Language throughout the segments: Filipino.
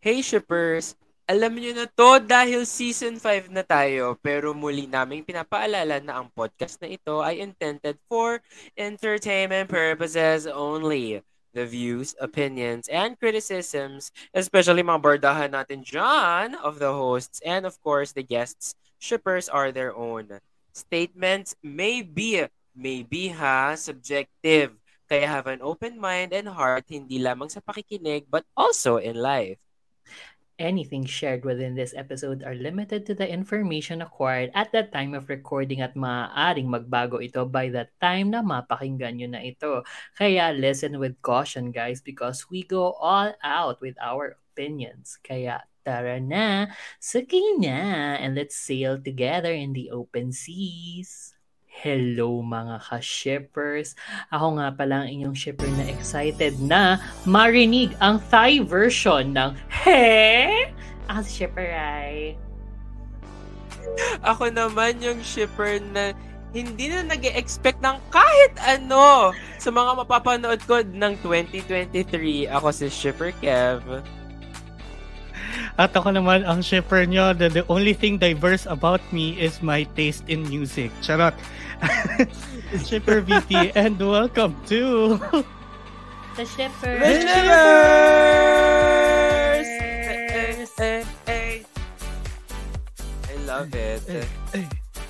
Hey shippers, alam niyo na to dahil season 5 na tayo pero muli naming pinapaalala na ang podcast na ito ay intended for entertainment purposes only. The views, opinions, and criticisms, especially mga bardahan natin dyan of the hosts and of course the guests, shippers are their own. Statements may be, may be ha, subjective. Kaya have an open mind and heart hindi lamang sa pakikinig but also in life. Anything shared within this episode are limited to the information acquired at the time of recording at maaaring magbago ito by the time na mapakinggan nyo na ito. Kaya listen with caution guys because we go all out with our opinions. Kaya tara na, suki na, and let's sail together in the open seas. Hello mga ka-shippers! Ako nga pala ang inyong shipper na excited na marinig ang Thai version ng He! Ako si Shipper Rai. Ako naman yung shipper na hindi na nag expect ng kahit ano sa mga mapapanood ko ng 2023. Ako si Shipper Kev. At ako naman ang shipper nyo that the only thing diverse about me is my taste in music. Charot. shipper VT and welcome to The Shipper! The Shippers! Eh, eh, eh, eh. I love it. Eh, eh.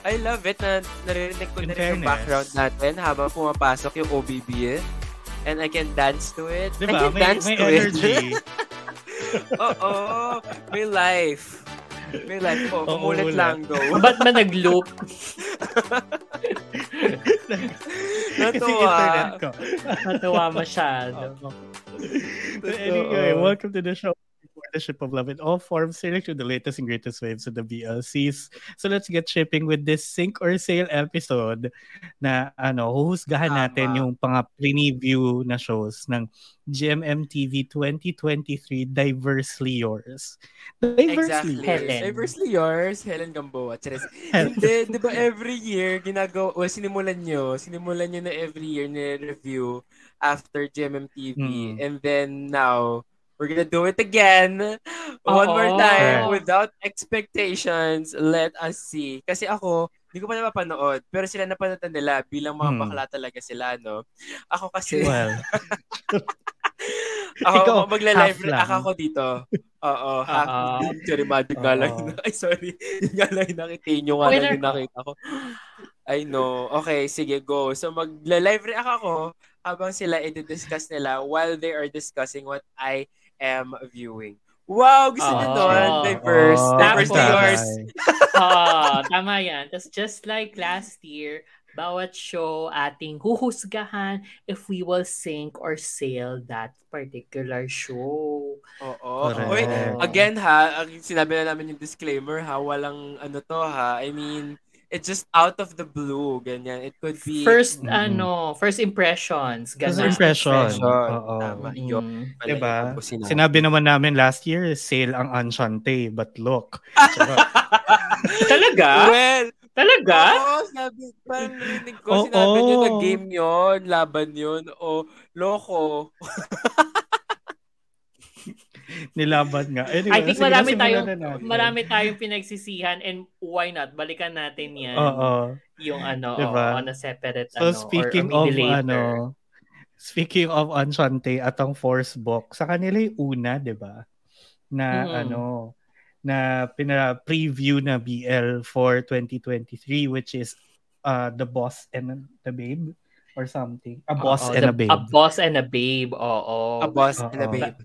I love it na naririnig ko na In rin yung fairness. background natin habang pumapasok yung OBB. And I can dance to it. Di I can ba? Diba? May, dance may to energy. it. Oo. May life. May life po. Oo, Umulit wala. lang though. Ba't ba nag-loop? Kasi Natuwa. internet ko. Natuwa masyado. But anyway, welcome to the show. For the ship of love in all forms, sailing to the latest and greatest waves of the BLCs. So let's get shipping with this sink or sail episode na ano, huhusgahan Tama. natin yung pang preview na shows ng GMMTV 2023 Diversely Yours. Diversely. Exactly. Helen. Diversely yours, Helen Gamboa. Charis. Helen. Hindi, di ba every year, ginagawa, well, sinimulan nyo, sinimulan nyo na every year na review after GMMTV. Mm. And then now, we're gonna do it again. One Oo. more time, Correct. without expectations. Let us see. Kasi ako, hindi ko pa napapanood, pero sila napanood na nila bilang mga Mm. bakla talaga sila, no? Ako kasi, Well, ako, Ikaw, magla-live half lang. Ah. ako ako dito. Oo, half. Oo. Sorry, magic nga lang. Oo. Ay, sorry. Yung nga lang yung nakita nyo nga lang Spoiler yung nakita ko. I know. Okay, sige, go. So, magla-live react ako habang sila i-discuss nila while they are discussing what I am viewing. Wow, gusto nyo Ah. Oo. doon? Diverse. Oh, diverse to Tapos- yours. Ah, tama yan. Tapos just like last year, bawat show ating huhusgahan if we will sink or sail that particular show. Oo. Uy, Correct. again ha, ang sinabi na namin yung disclaimer ha, walang ano to ha. I mean, it's just out of the blue. Ganyan. It could be... First, Mm. ano, first impressions. First ganun. impression. Impression. Oo. Tama. Mm. Yun. Diba? Yun po sinabi. Sinabi naman namin last year, sail ang Enchante, but look. Talaga? Well, Talaga? Oo, sabi, parang narinig ko, Oo. sinabi niyo na game yon laban yon o loko. Nilaban nga. Anyway, I think sige, marami simulan tayong na natin. marami tayong pinagsisihan and why not? Balikan natin yan. Oo. Yung ano, Diba? oo, on a separate So ano, speaking or of maybe later. ano, speaking of Enchante at ang Force Box, sa kanila yung una, 'di ba? Na Mm. ano, na pina-preview na BL for 2023 which is uh, The Boss and the Babe or something. A Boss Oo, and Ah, oh, the- a Babe. A boss and a babe, oo. A boss and a Oo. babe.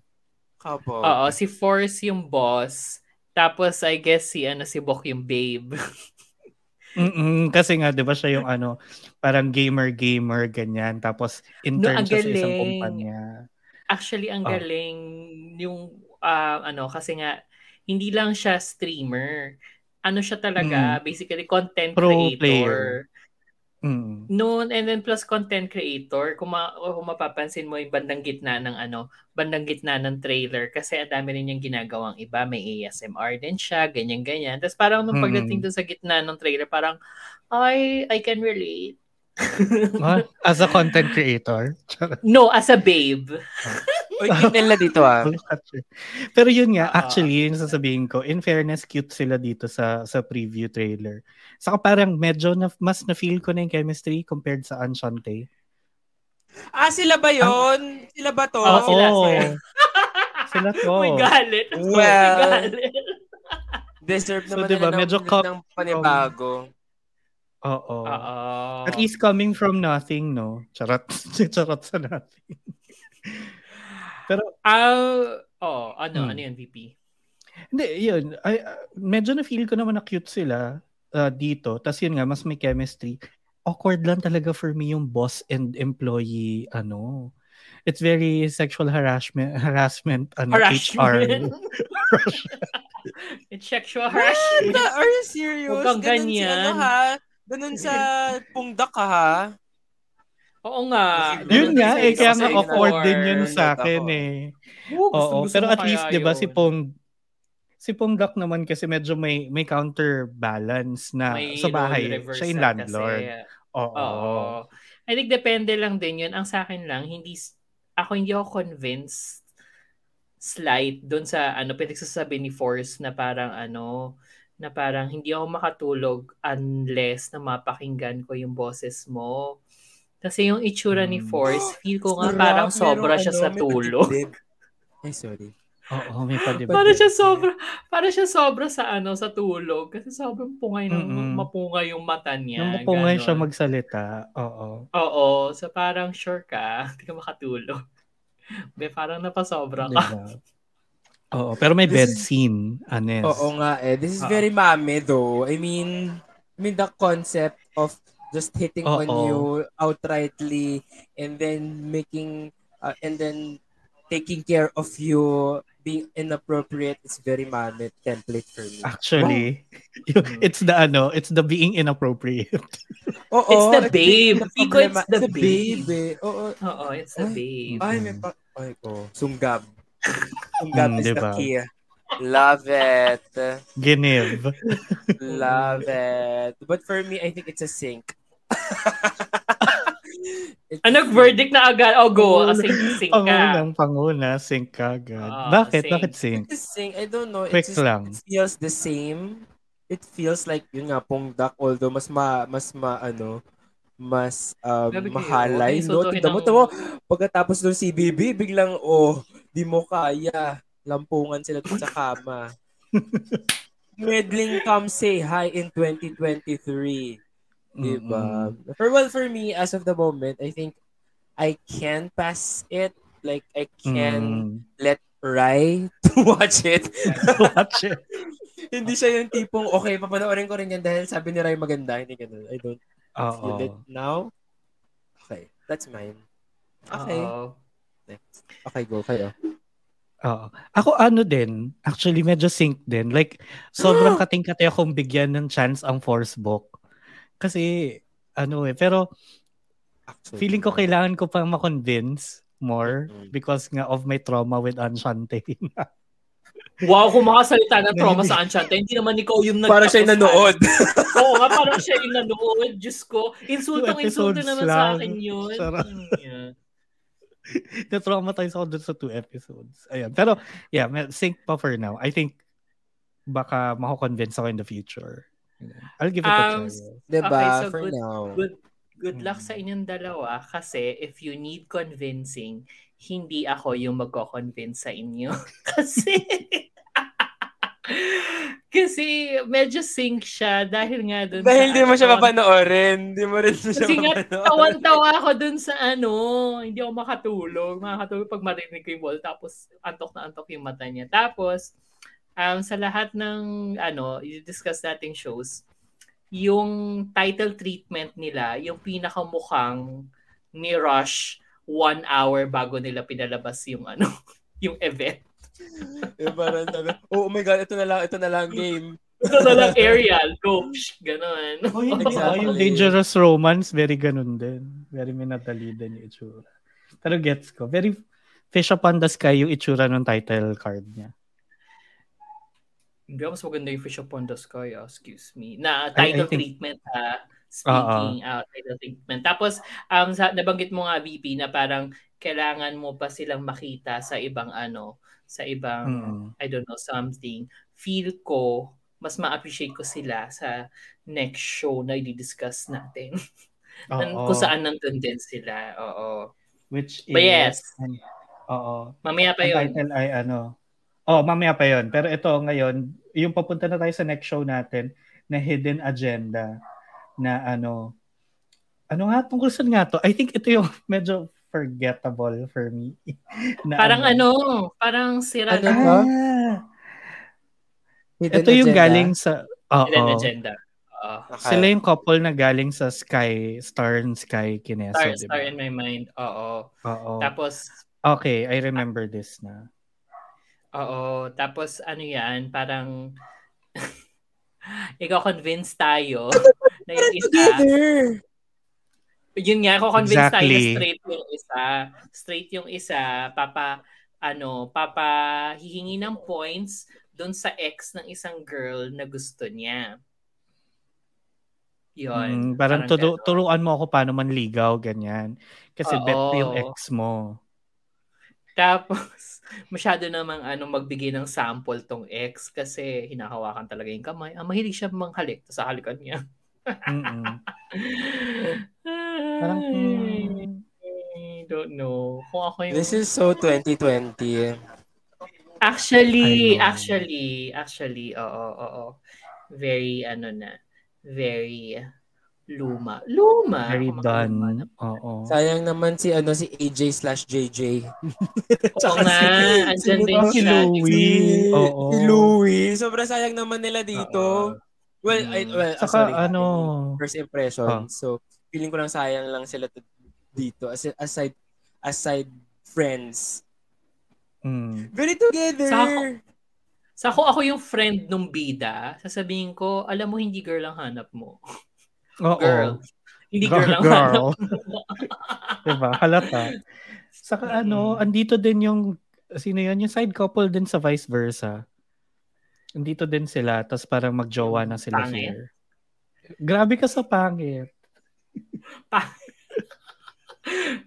Kabo. Oo, si Force yung boss. Tapos I guess si ano si Bok yung babe. Mm-mm, kasi nga 'di ba siya yung ano, parang gamer gamer ganyan tapos intern ang siya sa isang galing. kumpanya. Actually ang Ah. galing yung ah, ano kasi nga hindi lang siya streamer. Ano siya talaga, basically content Mm. Pro creator. player. Mm. Noon and then plus content creator, kung, ma- o kung mapapansin mo yung bandang gitna ng ano, bandang gitna ng trailer kasi ang dami rin yung ginagawang iba, may ASMR din siya, ganyan ganyan. Tapos parang nung Mm. pagdating dun sa gitna ng trailer, parang ay I can relate. Ah, As a content creator. No, as a babe. Uy, ganyan nila dito ah. Pero yun nga, Ah. actually, yun yung sasabihin ko, in fairness, cute sila dito sa sa preview trailer. Saka parang medyo na, mas na-feel ko na yung chemistry compared sa Enchante. Ah, sila ba yon? Sila ba to? Oo, Ah, Ah, Oh sila, Sila to. May galit. May Well, galit. Deserve So, naman diba, nila medyo ng, cock- ng panibago. Oo. Oo. Oh. At least coming from nothing, no? Charot. Charot sa nothing. Ah, oo. ano, Hmm. ano yun, VP? Hindi, yun. I, uh, medyo na-feel ko naman na cute sila uh, dito. Tapos yun nga, mas may chemistry. Awkward lang talaga for me yung boss and employee, ano. It's very sexual harassment, harassment, ano, Harassment. HR. Harassment. It's sexual What? harassment. the- Are you serious? Huwag kang Ganun si ganyan. ano ha? Ganun sa pungdak ka ha? Oo nga. Ganun yun nga, din sa eh, kaya isa nga sa awkward din yun Awkward sa akin, ako. eh. Oo, Oo, gusto-gusto pero mo at kaya least 'di ba si yun? Pong si Pong Dak naman kasi medyo may may counterbalance na May sa bahay role reversal siya kasi. yung eh. landlord. Oo. Oo. I think depende lang din yun. Ang sa akin lang, hindi, s- ako hindi ako convinced slight doon sa ano pinagsasabi ni Force na parang ano na parang hindi ako makatulog unless na mapakinggan ko yung boses mo. Kasi yung itsura ni Hmm. Force, feel ko nga Sarap, parang merong sobra siya ano, sa may tulog. pagdidig. Ay, sorry. Oo, may padiba. Para siya sobra, para siya sobra sa ano, sa tulog kasi sobrang pungay ng Mm-mm. mapungay yung mata niya. Nung mapungay siya ganon. magsalita. Oo. Oo, so parang sure ka, hindi ka makatulog. Be, parang napasobra ka. Diba? Oo, pero may This bed is- scene, honest. Oo nga eh. This is Ah. very mame though. I mean, I mean the concept of just hitting on Oo. you outrightly and then making uh, and then taking care of you being inappropriate is very mame template for me. Actually, yung- it's the ano, it's the being inappropriate. Oo, It's the I think babe. Pico, it's problema- the eh. Oo. Oo, it's a babe. Ay, may pa... Ay, oh. Sunggab. Sunggab Mm, is diba? the key. Love it. Ginev. Love it. But for me, I think it's a sink. It's a Ah, sink. nag-verdict na agad. Oh, go. Panguna- Asing, sing ka. Pangunang, panguna, sink ka agad. Oo, Bakit? sink. Bakit sink? It's a sink. I don't know. Quick It's just, lang. It feels the same. It feels like, yun nga, pungdak. Although, mas ma... Mas ma... Ano mas um, Grabe kayo. mahalay. Huwag No? Tignan mo, oh. niyo sutuhin tignan mo, ang- pagkatapos ng CBB, biglang, oh, di mo kaya. Lampungan sila dun sa kama. Meddling come say hi in 2023. Diba? Mm-mm. For, well, for me, as of the moment, I think I can pass it. Like, I can Mm. let Rai to watch it. Watch it. Hindi siya yung tipong, okay, papanoorin ko rin yan dahil sabi ni Rai maganda. Hindi ganun. I don't feel it Oo. now. Okay, that's mine. Okay. Oo. Uh, Okay, go kayo. Oo. Ako ano din, actually medyo sync din. Like, sobrang kating-kate akong bigyan ng chance ang force book. Kasi, ano eh, pero Actually, feeling ko kailangan ko pang makonvince more because nga of my trauma with Anshante. Wow, kung makasalita ng trauma sa Anshante, hindi naman ikaw yung nag Para siya nanood. Oo nga, parang siya yung nanood. Diyos ko. Insultang insulto episodes naman sa lang. akin yun. Hmm, Sarap. Yeah. Na-traumatize ako dun sa two episodes. Ayan. Pero, yeah, may- sync pa for now. I think, baka mako-convince ako in the future. I'll give it Um, a try. diba? Okay, so For good- now. Good good luck Mm. sa inyong dalawa kasi if you need convincing, hindi ako yung magko-convince sa inyo. kasi kasi medyo sink siya dahil nga dun Dahil sa di mo siya ano, papanoorin. Di mo rin siya Kasi nga, papanoorin. tawan-tawa ako dun sa ano, hindi ako makatulog. Makakatulog pag marinig ko yung ball, tapos antok na antok yung mata niya. Tapos, um, sa lahat ng, ano, i-discuss nating shows, yung title treatment nila, yung pinakamukhang ni Rush one hour bago nila pinalabas yung ano, yung event. Eh, parang sabi, oh, oh my God, ito na lang, ito na lang game. Ito na lang aerial, go, psh, ganun. Uy, hindi Exactly. ah, yung Dangerous Romance, very ganun din. Very minatali din yung itsura. Pero gets ko. Very Fish Upon the Sky yung itsura ng title card niya. Hindi, mas maganda yung Fish Upon the Sky, ah. excuse me. Na Ay, I title think- treatment, ha? speaking outside of treatment. Tapos, um, sa, nabanggit mo nga, VP, na parang kailangan mo pa silang makita sa ibang ano, sa ibang, Mm. I don't know, something. Feel ko, mas ma-appreciate ko sila sa next show na i-discuss natin. Oo. Kung saan nandun din sila. Oo. Which is, But yes, an- Oo. mamaya pa Ang yun. title ay ano. Oh, mamaya pa yun. Pero ito ngayon, yung papunta na tayo sa next show natin na hidden agenda na ano. Ano nga tungkol saan nga to? I think ito yung medyo forgettable for me. Na Parang ano, parang sira Ano? ng ba? Ah, ito yung galing sa Oo. hidden agenda. Oo. Sila yung couple na galing sa Sky, Star and Sky Kineso, Star, diba? Oh. star in my mind. Oo. Oo. Tapos, Okay, I remember this na. oo. Tapos, ano yan, parang, ikaw convince tayo na yung isa. together. Yun nga, ako convince tayo na Exactly. straight yung isa. Straight yung isa, papa, ano, papa, hihingi ng points doon sa ex ng isang girl na gusto niya. Yun. Mm, parang turu- ganon. turuan mo ako paano manligaw, ganyan. Kasi Oo. bet ko yung ex mo. Tapos, masyado namang ano, magbigay ng sample tong ex kasi hinahawakan talaga yung kamay. Ang mahilig siya manghalik sa halikan niya. Mm-mm. Parang, Parang, mm, don't know. Kung ako yung... This is so 2020. Actually, I know. actually, actually, oo, oo. Very, ano na, very luma. Luma! very Ako makaluma na. done. Oo. Sayang naman si ano si AJ slash JJ. Oo nga, andyan din si siya. Louie. Oo. Si Louie. Sobrang sayang naman nila dito. Oo. Well, Mm. I, well ah, Saka sorry. ano, First impression. Oh. So, feeling ko lang sayang lang sila to- dito. As, aside, aside friends. mm, Very together. Sako. Sa ako, ako yung friend nung bida, sasabihin ko, alam mo, hindi girl ang hanap mo. oo. Girl. Hindi girl, ang hanap Oh. girl. diba? Halata. Saka Mm-mm. ano, andito din yung, sino yun? Yung side couple din sa vice versa. Andito din sila, tapos parang magjowa na sila Pangit. here. Grabe ka sa pangit.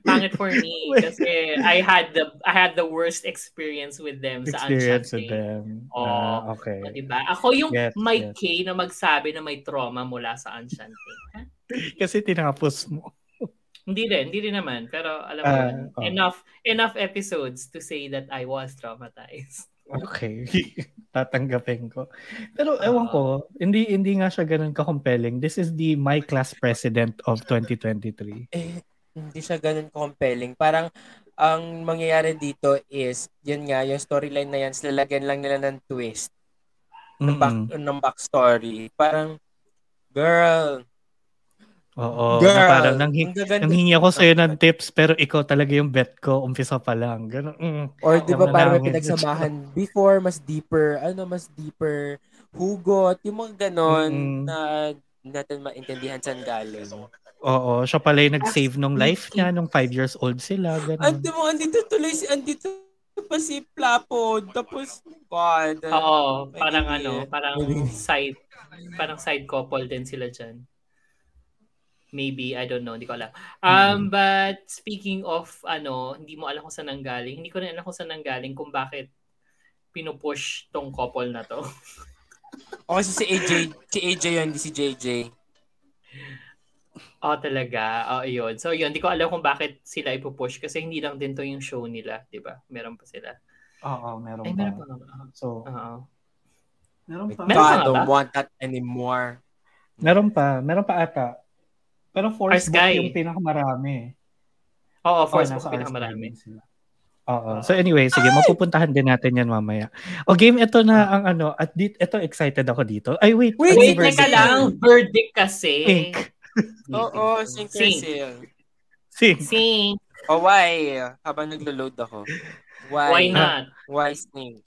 Pangit for me kasi I had the I had the worst experience with them Experience sa Uncharted. with them. Oo. Ah, O, okay. diba? Ako yung Yes, may yes. K na magsabi na may trauma mula sa Unchanted. Ha? Kasi tinapos mo. Hindi rin, hindi rin naman. Pero alam mo, Ah, yun, oh. enough enough episodes to say that I was traumatized. Okay. Tatanggapin ko. Pero Ah. ewan ko, hindi hindi nga siya ganun ka-compelling. This is the my class president of 2023. eh, hindi siya ganun compelling. Parang, ang mangyayari dito is, yun nga, yung storyline na yan, silalagyan lang nila ng twist, ng, back, Mm-mm. ng backstory. Parang, girl, Oo. girl, Oh, na parang nanghi- ang gaganda. nanghingi ako sa'yo ng tips pero ikaw talaga yung bet ko umpisa pa lang. Ganun. Mm. Or di ba Ang parang may nanangit. pinagsamahan before, mas deeper, ano, mas deeper hugot, yung mga ganon Mm. na hindi natin maintindihan saan galing. Oo. Siya pala yung nag-save nung life niya nung five years old sila. Ganun. Ante mo, andito tuloy si, andito pa si Plapod. Tapos, God. Oo, Pwede parang eh. ano, parang Pwede. side parang side couple din sila dyan. Maybe, I don't know, hindi ko alam. Um, But speaking of ano, hindi mo alam kung saan nanggaling. Hindi ko rin alam kung saan nanggaling kung bakit pinupush tong couple na to. O kasi si AJ, si AJ yun, hindi si JJ. Oo talaga, oo yun. So yun, hindi ko alam kung bakit sila ipupush kasi hindi lang din to yung show nila, di ba? Meron pa sila. Oo, meron Ay, meron pa nga ba? So, Oo. meron pa. God, Meron pa nga don't ba? want that anymore. Meron pa. Meron pa ata. Or Pero force book Sky. yung pinakamarami. Oo, Oo, force nasa book Ars pinakamarami. Guardian sila. Oo. So anyway, sige, mapupuntahan din natin yan mamaya. O game, ito na ang ano, at dit, ito excited ako dito. Ay, wait. Wait, ano Wait, yung teka verdict? lang. Verdict kasi. Pink. Oo, sink or Sink. sink. Sing. Sing. O Oh, why? Habang naglo-load ako. Why Why? not? Why sink?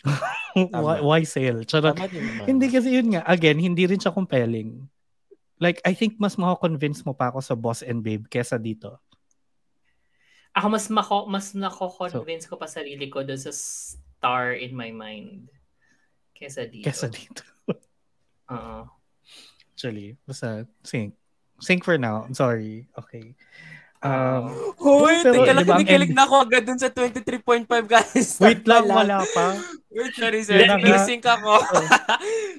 Why, why sale? Charot. Tama din naman. Hindi kasi yun nga, again, hindi rin siya compelling. Like, I think mas makakonvince mo pa ako sa boss and babe kesa dito. Ako mas mako mas nako-convince ko pa sarili ko doon sa star in my mind. Kesa dito. Kesa dito. Oo. Actually, basta sing. Sync for now. I'm sorry. Okay. Um, Hoy, teka lang, Pero, di ba, ang kinikilig ending- na ako agad dun sa 23.5 guys. wait lang, wala pa. Wait, sorry, Yun sorry. na nga. Nagsync ako.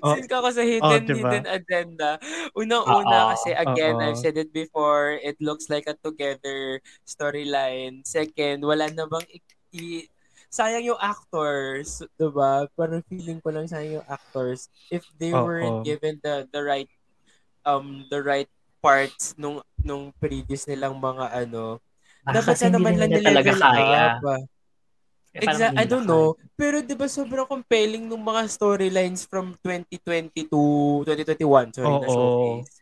Oh. Sync ako sa hidden, Oh, diba? Ah, hidden agenda. Unang-una Oo, kasi, again, oo. I've said it before, it looks like a together storyline. Second, wala na bang i- i- sayang yung actors, 'di ba? Parang feeling ko lang sayang yung actors if they Oo. weren't given the the right um the right parts nung nung previous nilang mga ano. Dapat Ah, kasi na naman lang hindi nila talaga nilevel kaya. up, ah. Eh, parang Exact, hindi I don't nila know. Pero 'di ba sobrang compelling nung mga storylines from 2020 to 2021, sorry, na Oo. showcase.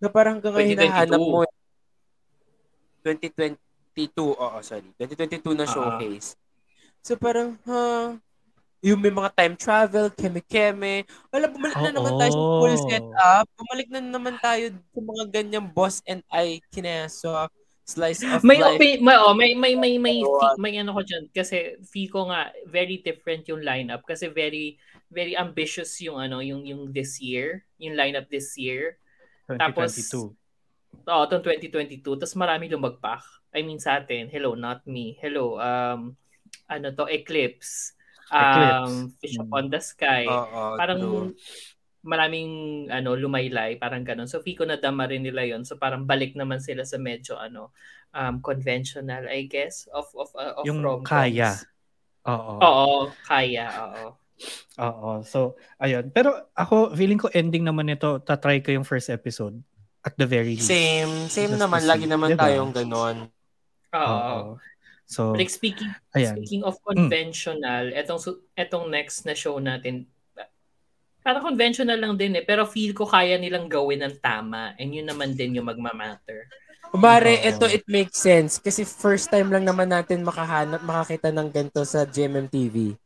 Na parang hanggang ngayon 2022. hinahanap mo 2022, oo, sorry. 2022 na Ah. showcase. So parang, ha? Yung may mga time travel, keme-keme. Wala, bumalik na Oo. naman tayo sa full setup. Bumalik na naman tayo sa mga ganyang boss and I kinesa slice of may life. opi- may, oh, may may may may Ano, fi- may ano ko diyan kasi feel ko nga very different yung lineup kasi very very ambitious yung ano yung yung this year, yung lineup this year. 2022. Tapos, Oo, itong 2022. Tapos marami lumagpak. I mean, sa atin. Hello, not me. Hello, um, ano to, Eclipse. Um, Eclipse. Fish Mm. Upon the Sky. Oo, parang true. maraming ano, lumaylay. Parang ganun. So, Fico na dama rin nila yon So, parang balik naman sila sa medyo ano, um, conventional, I guess, of, of, uh, of Yung rom-coms. kaya. Oo. Oo, kaya. Oo. Oo. So, ayun. Pero ako, feeling ko ending naman nito, tatry ko yung first episode. At the very least. Same, same Just naman. to Lagi see. naman Diba? tayong ganon. Oo. Oo. So, Like speaking ayan. Hmm. speaking of conventional, etong su- etong next na show natin parang conventional lang din eh, pero feel ko kaya nilang gawin ng tama and yun naman din yung magmamatter. Kumare, Oo. ito it makes sense kasi first time lang naman natin makahanap, makakita ng ganito sa GMMTV.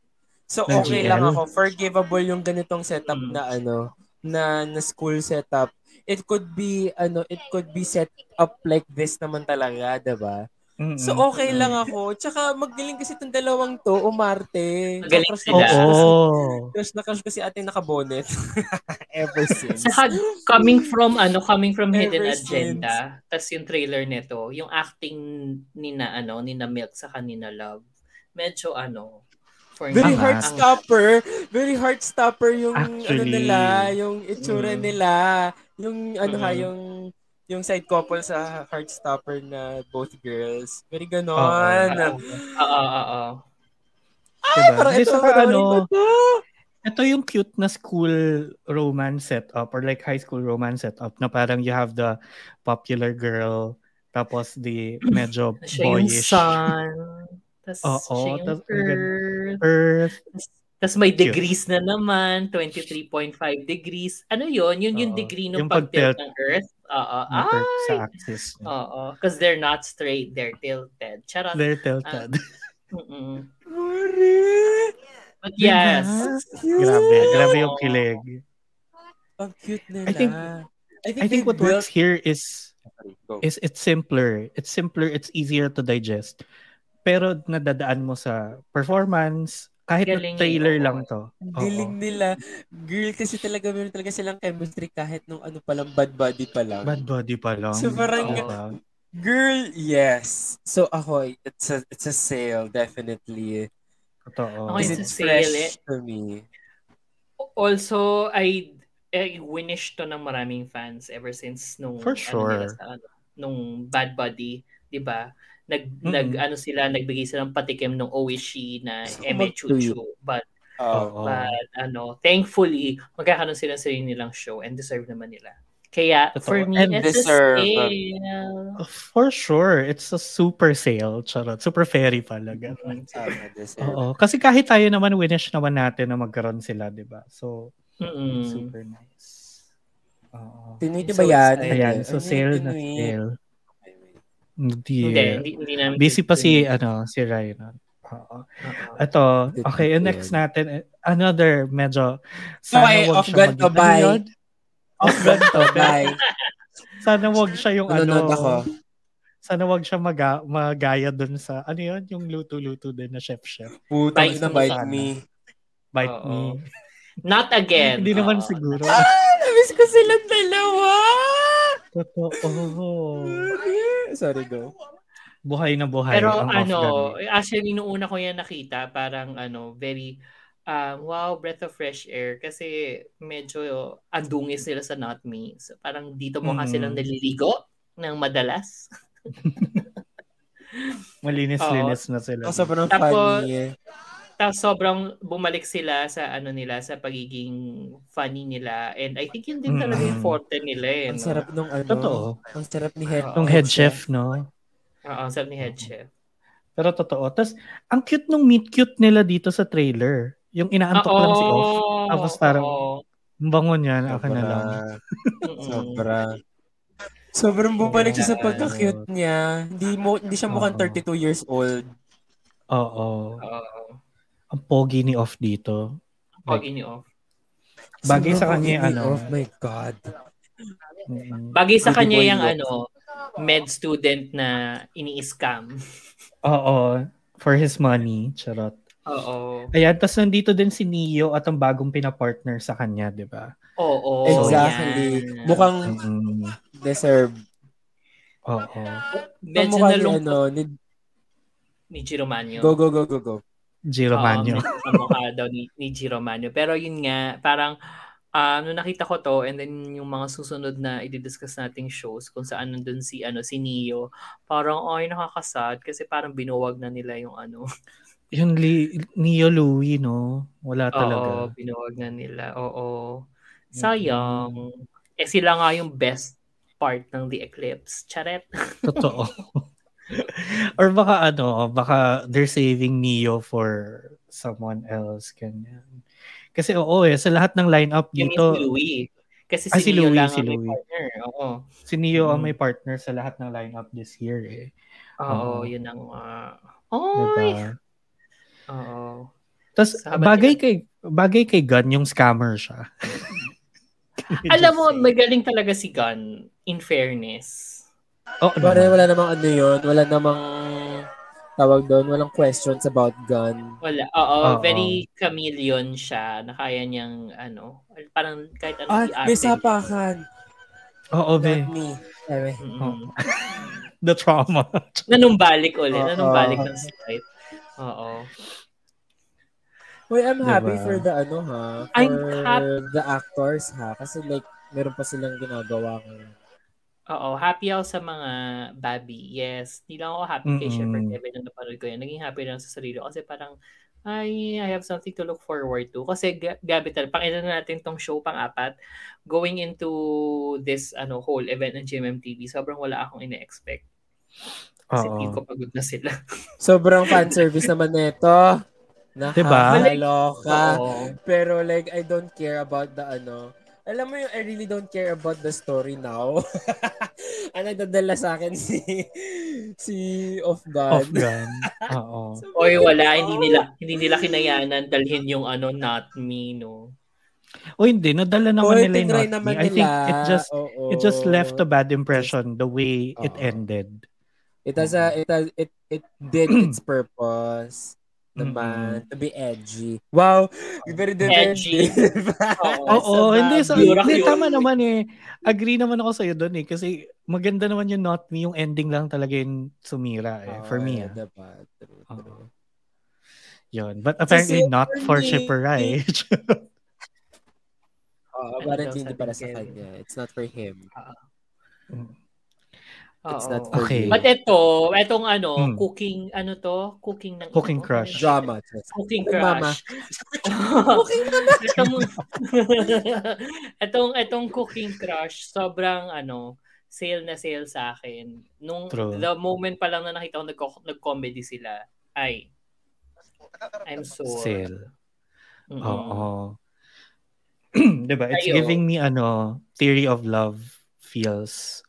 So Ng okay GL? lang ako. Forgivable yung ganitong setup Mm. na ano, na, na school setup. It could be ano, it could be set up like this naman talaga, 'di ba? Mm-mm. So okay lang ako. Tsaka magaling kasi itong dalawang to, umarte. Magaling Crush na sila. crush Oo. ko si- Crush na crush ko si ating nakabonet. Ever since. Saka coming from ano, coming from Ever Hidden since. Agenda, tas yung trailer nito, yung acting ni na ano, ni na Milk sa kanina Love, medyo ano, for Very Tama. heart stopper. Very heart stopper yung ano Actually. nila, yung itsura Mm. nila, yung ano ha, Mm. Mm-hmm. yung yung side couple sa heart stopper na both girls. Very Oo, ganon. oo, oo. Ay, Parang ito Diba? saka, panoorin ko ano, to. ito yung cute na school romance setup or like high school romance setup na parang you have the popular girl tapos the medyo Siya yung boyish sun. Tapos Oo, siya yung tas ang ganda. earth. earth. Tapos may Cute. degrees na naman, 23.5 degrees. Ano yon Yun yung Oo, degree ng yung pag-tilt pag-tilt. ng earth. Oo. na Ah! earth sa axis. niya. Oo. Because they're not straight, they're tilted. Charot. They're tilted. Mm-mm. Mare. But yes. Cute. grabe. Grabe Oo. yung kilig. Ang cute nila. I think- I think, I think they what built- works here is Sorry, go. is it's simpler. It's simpler, it's easier to digest. Pero nadadaan mo sa performance, kahit na Galing, trailer oo. lang to. Ang Oo. Galing nila. Girl, kasi talaga meron talaga silang chemistry kahit nung ano palang bad body pa lang. Bad body pa lang. So parang- Diba? Girl, yes. So ako, it's a it's a sale definitely. Totoo. Ako Because It's a it's sale, fresh eh. to me. Also, I, I winish to ng maraming fans ever since nung ano For nila sure. sa ano, nung Bad Buddy, 'di ba? Nag Mm-mm. nag ano sila nagbigay sila ng patikim ng Oishi na Gusto ko Eme magtuyo. Chuchu but Oh. Oo. but ano thankfully magkakaroon sila ng sarili nilang show and deserve naman nila. Kaya Totoo. for me And it's deserve. a sale. For sure, it's a super sale. Charot. Super fairy pala. Mm-hmm. ganun. Tama, deserve. Oo. Kasi kahit tayo naman, winish naman natin na magkaroon sila, di ba? So, Mm-mm. super nice. Oo. Tinuit niyo So ba yan? excited. Ayan, Hindi. so Ano yung sale na tinuit? sale. Okay, wait. Hindi. Hindi, eh. hindi, hindi namin Busy pa si, tinutuloy. uh, ano, si Ryan. Oo. Oo. Ito, Hindi okay, yung ko next yun. natin, eh, another medyo, So, sana ay, wag off siya God maging- to buy. Ano yun? Off God to buy. Sana wag siya yung Nanonood ano, ako. sana wag siya maga, magaya dun sa, ano yun, yung luto-luto din na chef-chef. Putang Bite ina, me bite sana. me. Bite Oo. me. Not again. Hindi naman Oo. Ah! siguro. Ah, namiss ko silang dalawa! Totoo. Oh. Sorry, go. Buhay na buhay. Pero ang ano, Afghan. actually, nung una ko yan nakita, parang ano, very, um, wow, breath of fresh air. Kasi medyo andungis nila sa not me. So, parang dito mo Mm. kasi silang naliligo ng madalas. Malinis-linis na sila. Ang sobrang Tapos- funny eh. Tapos sobrang bumalik sila sa ano nila, sa pagiging funny nila. And I think yun din talaga yung Mm. forte nila eh. Ang no? sarap nung ano. Totoo. Ang sarap ni head. Oo. Nung head chef, no? Oo, ang sarap ni head chef. Pero totoo. Tapos, ang cute nung meet cute nila dito sa trailer. Yung inaantok Oo, lang si Off. Tapos parang- oo. Ang bango niyan, ako na lang. Sobra. Mm-mm. Sobra. Sobrang bumalik siya sa Yeah. pagka-cute niya. Hindi mo hindi siya mukhang Oo. 32 years old. Oo. Oo. Ang pogi ni Off dito. Pogi ni Off. Bagay sa Sobrang kanya yung bumili. ano. Oh my God. Mm. Bagay sa Pwede kanya boy yung yun. ano, med student na ini-scam. Oo. For his money. Charot. Oo. Ayan, tapos nandito din si Neo at ang bagong pinapartner sa kanya, di ba? Oo. exactly. yan. Mukhang Mm. deserve. Oo. medyo Kamukha ni, nalungkot ano, ni, ni Giromanio. go, go, go, go, go. G. Um, Romano. Oo, medyo kamukha daw ni, ni Giromanio. Pero yun nga, parang um, nung nakita ko to and then yung mga susunod na i-discuss nating shows kung saan nandun si ano si Neo, parang ay nakakasad kasi parang binuwag na nila yung ano. Yung Li- Neo Louie, no? Wala Oo, talaga. Mm-hmm. binuwag na nila. Oo. Sayang. Eh sila nga yung best part ng The Eclipse. Charet. Totoo. Or baka ano, baka they're saving Neo for someone else. Ganyan. Kasi oo eh, sa lahat ng lineup Yun yung si dito, Louie. Kasi si, Ah, si Neo Louie, lang si ang may Louie. partner. Oo. si Neo ang Mm. may partner sa lahat ng lineup this year eh. Oo, Oo. yun ang... ah, Oy! Diba? Oo. Tapos Sa habang- bagay kay bagay kay Gun yung scammer siya. Can we Alam just mo, say? magaling talaga si Gun. In fairness. Oo naman. Pare, wala namang ano yun. Wala namang tawag doon. Walang questions about gun. Wala. Oo, Oo. very chameleon siya. Na kaya niyang, ano, parang kahit ano Ah, may i-arte. sapakan. Oo, be. Not me. Sabi. Mm-mm. Oo. The trauma. Nanumbalik ulit. Oo. Nanumbalik ng slight. Oo. Uy, I'm Diba? happy for the ano ha. For I'm happy. the actors ha. Kasi like, meron pa silang ginagawa ngayon. Oo, happy ako sa mga babi. Yes, hindi lang ako happy kay Mm-mm. Shepard Kevin nung napanood ko yan. Naging happy lang sa sarili ko kasi parang, ay, I have something to look forward to. Kasi ga- gabi talaga, pakilan na natin tong show pang-apat, going into this ano whole event ng GMMTV, sobrang wala akong ina-expect. Kasi Oo. feel ko pagod na sila. Sobrang fanservice naman nito. Diba? Nakakaloka. Oo. Pero like, I don't care about the ano. Alam mo yung I really don't care about the story now. Ang nagdadala sa akin si si Of God. Off gun. Oo. Oy, Oh. wala, hindi nila, hindi nila kinayanan dalhin yung ano, not me, no? O hindi, nadala naman Oy, nila yung tinry not naman me. I think nila. Oh. it just Oo. it just left a bad impression the way it Oo. ended. It has a, it has, it, it did its purpose naman to be edgy. Wow, very different. Edgy. Oo. Oo, hindi, so, Yura yun. hindi, tama naman eh. Agree naman ako sa'yo doon eh. Kasi maganda naman yung not me, yung ending lang talaga yung sumira eh. Oh, for me ah. Dapat. diba? True, Oo. true. Yun. But apparently Kasi not for for me- shipper eh. right? Oo, Ano apparently daw hindi sabi para ni sa Kevin? kanya. It's not for him. It's Oh, Oo. not for Okay. you. But eto, etong ano, Hmm. cooking, ano to? Cooking ng Cooking ano? crush. Drama. Chess. Cooking Ay, mama. crush. Cooking etong, etong, etong cooking crush, sobrang ano, sale na sale sa akin. Nung True. the moment pa lang na nakita ko nagko- nag-comedy sila, ay, I'm sore. Sale. Mm-mm. Oo. diba? It's Kayo. giving me ano, theory of love feels.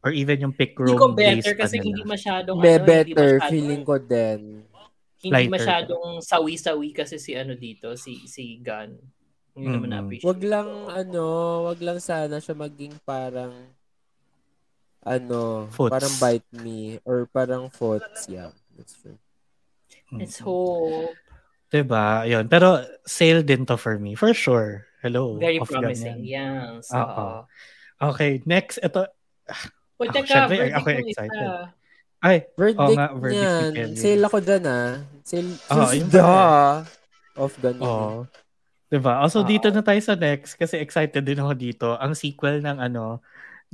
Or even yung pick Hindi ko room days better pa kasi nila. hindi masyadong May ano, better hindi masyadong, feeling ko din. hindi Lighter. masyadong sawi-sawi kasi si ano dito, si si Gun. Hindi naman Mm-mm. na-appreciate. Wag lang ko. ano, wag lang sana siya maging parang ano, Foots. parang bite me or parang foots, yeah. That's true. Mm. Let's hope. Diba? Ayun. Pero sale din to for me. For sure. Hello. Very Off promising. ganyan. Yes. Oo. Oo. Okay, next. Ito, O, Ako, teka, Ah, syempre, verdict ako yung isa. excited. ay, Verdict Oo nga, verdict ni niyan. Kelly. Sale ako dyan ah. Sale. Oo, Sus- yun pa duh. Off ganun. Oo. Diba? Also, Oo. dito na tayo sa next kasi excited din ako dito. Ang sequel ng ano,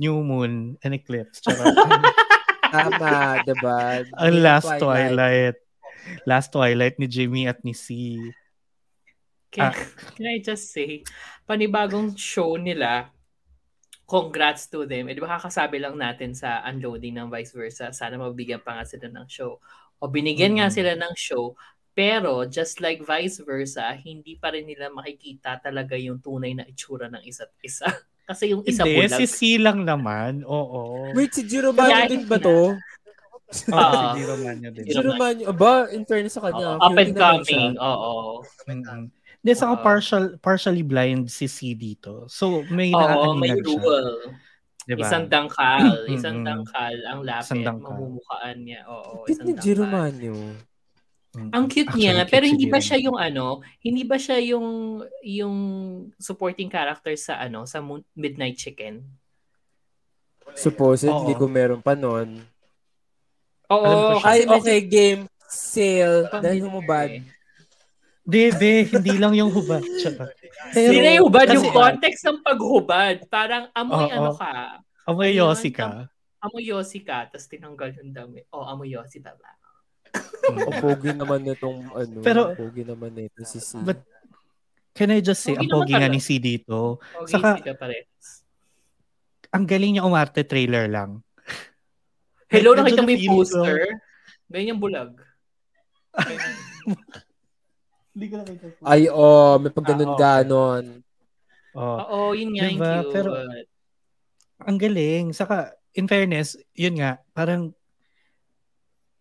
New Moon and Eclipse. Tsaka, Tama, diba? ang Yung Last Twilight. Last Twilight ni Jimmy at ni C. Can, Ah. can I just say, panibagong show nila, congrats to them. Eh, di ba kakasabi lang natin sa unloading ng vice versa, sana mabigyan pa nga sila ng show. O binigyan nga Mhm. sila ng show, pero just like vice versa, hindi pa rin nila makikita talaga yung tunay na itsura ng isa't isa. Kasi yung isa Hindi, bulag. si C lang naman. Oo. Wait, si Jiro Manyo Kaya- din ba to? Oo, si Ah. Jiro Manyo din. Jiro Jiro Manyo. Aba, in fairness sa Oo, kanya. up cute and din naman siya. coming. Oo. Mm-mm. Hindi, saka Oo. partial, partially blind si C dito. So, may Oo, naaaninan may siya. rule. Diba? Isang dangkal. Mm-mm. Isang dangkal ang lapit. Isang dangkal. Mamumukaan niya. Oo, Cute isang ni Jiro dangkal. Manyo. Mm-mm. Ang cute Actually, niya, cute pero si hindi ba Jiro siya Manyo. yung ano, hindi ba siya yung yung supporting character sa ano, sa Moon- Midnight Chicken? Supposedly, Oo. kung meron pa nun. Alam ko Oo, siya. Ay, kasi medyo eh. okay, game. Sale. pang- Dahil humubad. Hindi, be, hindi lang yung hubad. Tsaka, Pero- Hindi na yung hubad, yung Kasi- context ng paghubad. Parang amoy Oo. ano ka, amoy Ayun, Yossi ka. amoy yosi ka, tapos tinanggal yung dami. O, oh, amoy yosi ba ba? Hmm, Ang Mm. pogi naman nitong ano. Pero- ang pogi naman nito si C. But- Can I just say, Pogi ang pogi naman nga pala. ni C dito. O, Saka, Saka- Oh, ka pa rin. Ang galing niya umarte trailer lang. Hello, Medyo nakita mo yung na-feel ko- poster? Ganyan bulag. Ganyan. Hindi ko nakita. Ay, oh, may pag ganun Ah, okay. ganon. Oh, Oo, yun nga yung Diba? cute. Pero- ang galing. Saka, in fairness, yun nga, parang,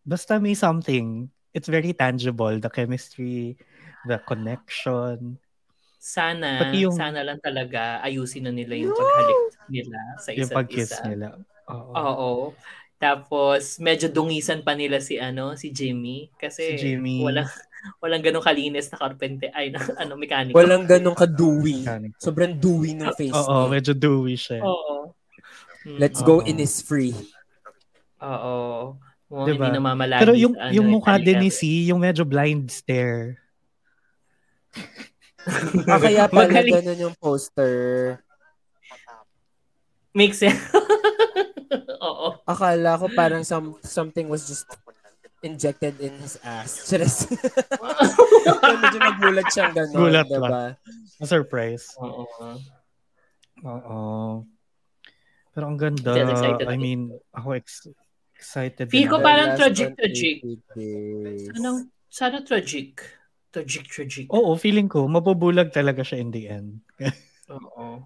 basta may something, it's very tangible. The chemistry, the connection. sana, Pati yung- sana lang talaga ayusin na nila yung paghalik nila sa Yung isa't pag-kiss isa. nila. Oo. Oo. Tapos medyo dungisan pa nila si ano, si Jimmy kasi Si Jimmy. walang walang ganong kalinis na karpente ay na, ano mekaniko. Walang ganun ka-dewy. Mechanic. Sobrang dewy ng face. Ah, Oo, Ah. niya. medyo dewy siya. Oo. Mm, Let's go Oo. in is free. Oo. Mukhang Diba? hindi namamalagi Pero yung, sa ano, yung mukha din ni Italian. C, yung medyo blind stare. Ah, kaya pala Magaling. ganun yung poster. Makes sense. eh. Oo. Akala ko parang some, something was just injected in his ass. Charis. Kaya medyo nagulat siyang ganun. Gulat diba? Surprise. Oo. Oo. Pero ang ganda. Yes, excited I ako. mean, ako ex- excited. Feel din ko ako. parang Last tragic, one, tragic. 80 days. Sana, sana tragic. Tragic, tragic. Oo, feeling ko, mabubulag talaga siya in the end. Oo.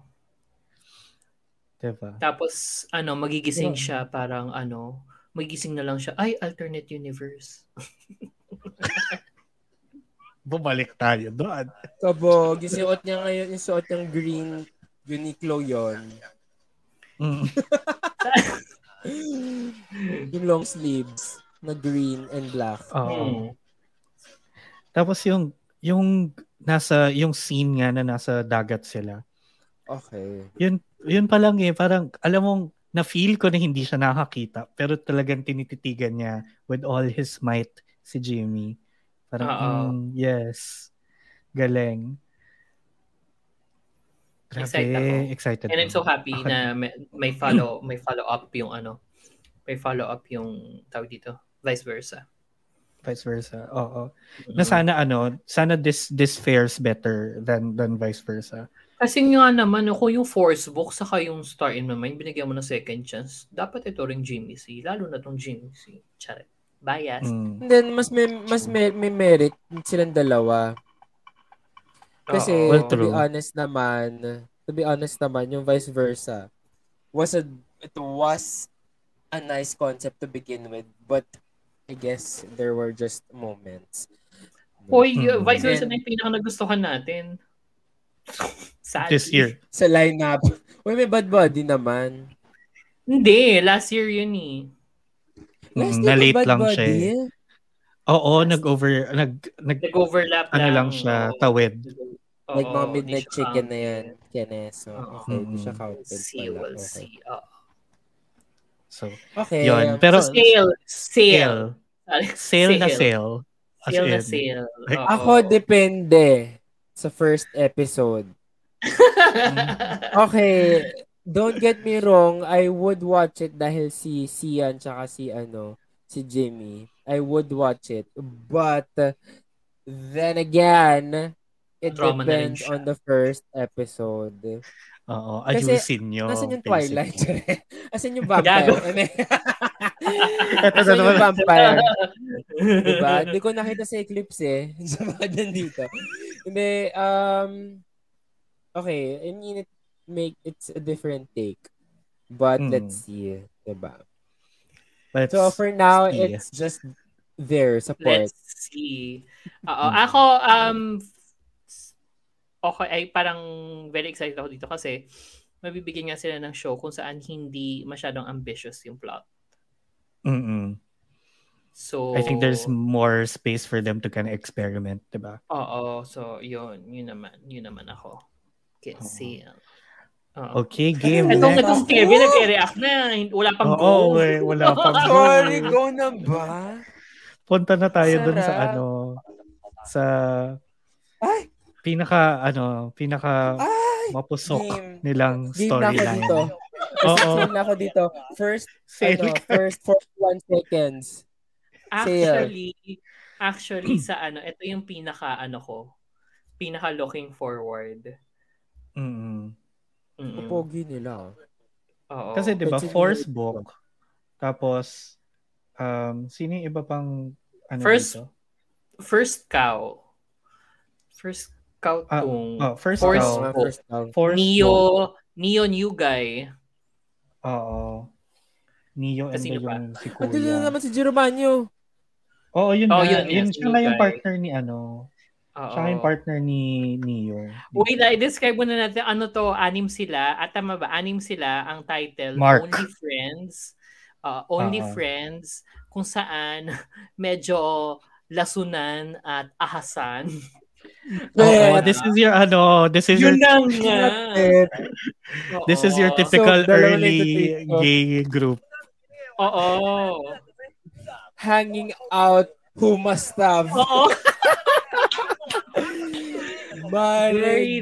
Diba? Tapos, ano, magigising Yeah. siya parang ano, magigising na lang siya, ay, alternate universe. Bumalik tayo doon. Kabog. Yung suot niya ngayon, yung suot niyang green Uniqlo yon. Mm. Yung long sleeves na green and black. Oo. Hmm. Tapos yung, yung nasa, yung scene nga na nasa dagat sila. Okay. Yun pa lang eh, parang, alam mong, na-feel ko na hindi siya nakakita, pero talagang tinititigan niya with all his might si Jimmy. Parang, Oo. mm, yes. Galing. Grabe, Excited ako. excited And I'm so ako. happy Ako- na may, may follow, may follow up yung ano, may follow up yung tawag dito, vice versa. Mm-hmm. vice versa. Oo. Na sana ano, sana this this fares better than than vice versa. Kasi nga naman, no, kung yung force book saka yung star in my mind, binigyan mo ng second chance, dapat ito rin Jimmy C. Lalo na tong Jimmy C. Charet. Bias. Mm. And then, mas may, mas may, may merit silang dalawa. Kasi, Oo. Well, to be true. honest naman, to be honest naman, yung vice versa, was a, it was a nice concept to begin with, but I guess there were just moments. Hoy, Mm. vice And- versa na yung pinaka nagustuhan natin. Sadly. This year. Sa lineup. Uy, may bad body naman. Hindi, last year yun eh. Last year, Mm, may na-late bad lang body, siya. eh. eh. Oo, nag-over nag nag Nag-overlap ano lang. lang siya, Oo. tawid. Oo. Like Oo, mga hindi midnight siya chicken na counted. yan. Kenneth. So, Oo. okay. Hindi siya Mm. counted See, pala. we'll Okay. see. Oo. So, Okay. Yun. um, Pero- so- sale. Sale. sale. Sale na sale. As Sale na in. sale. Like, Oo. ako depende sa first episode. Okay, don't get me wrong, I would watch it dahil si Sian tsaka si ano, si Jimmy. I would watch it. But uh, then again, it Drama na rin depends siya. on the first episode. Oo, Kasi, ayusin nyo. Nasaan yung basically. Twilight? Asan yung vampire? Gago. Ano yun? Ito na Asan naman. yung vampire? diba? Hindi ko nakita sa eclipse eh. Sa mga nandito. Hindi, um, okay, I mean, it make, it's a different take. But Mm. let's see, diba? Let's- So for now, see. it's just there, support. Let's see. Oo, Mm. ako, um, okay, ay parang very excited ako dito kasi mabibigyan nga sila ng show kung saan hindi masyadong ambitious yung plot. Mm-mm. So, I think there's Oh. more space for them to kind of experiment, diba? Oo, so yun, yun naman, yun naman ako. Can Oo. see. Oo. Okay, game. Ito, Itong, Next. itong si Kevin nagre-react na, hin- wala pang Oo, goal. eh, wala pang goal. Sorry, go na ba? Punta na tayo dun sa Sarap. ano, sa Ay! pinaka, ano, pinaka Ay! mapusok Game. nilang Game na ako dito. storyline. Kasi Oo. game na ako dito. First, Sale ano, ka. first 41 seconds. Actually, actually sa ano, ito yung pinaka ano ko, pinaka looking forward. Mm-mm. Mm-mm. Pogi nila. Oo. Kasi diba, Let's see. force book, tapos, um, sino yung iba pang, ano First- dito? first cow. First cow Ah, tong oh, first Force cow. Mga book. first round. Force book. Neo, Neo new guy. Oo. Neo and Kasi ba yun pa. yung si Andun na Kuya. naman si Jeromanyo. Oo, yun Oh, na. yun, Yun, yes, siya na new yung guy. partner ni ano. Oo. Siya yung partner ni Neo. Wait, i-describe muna natin ano to, anim sila. At tama ba? Anim sila ang title. Mark. Only Friends. Uh, only Oo. Friends kung saan medyo lasunan at ahasan. Oo, Yeah. Yeah. oh, this is your ano, this is your Yun na nga. Eh, Oo. this is your typical So, dalawa na yung early dito. gay group. Oo. hanging out, humastab. Oo. Very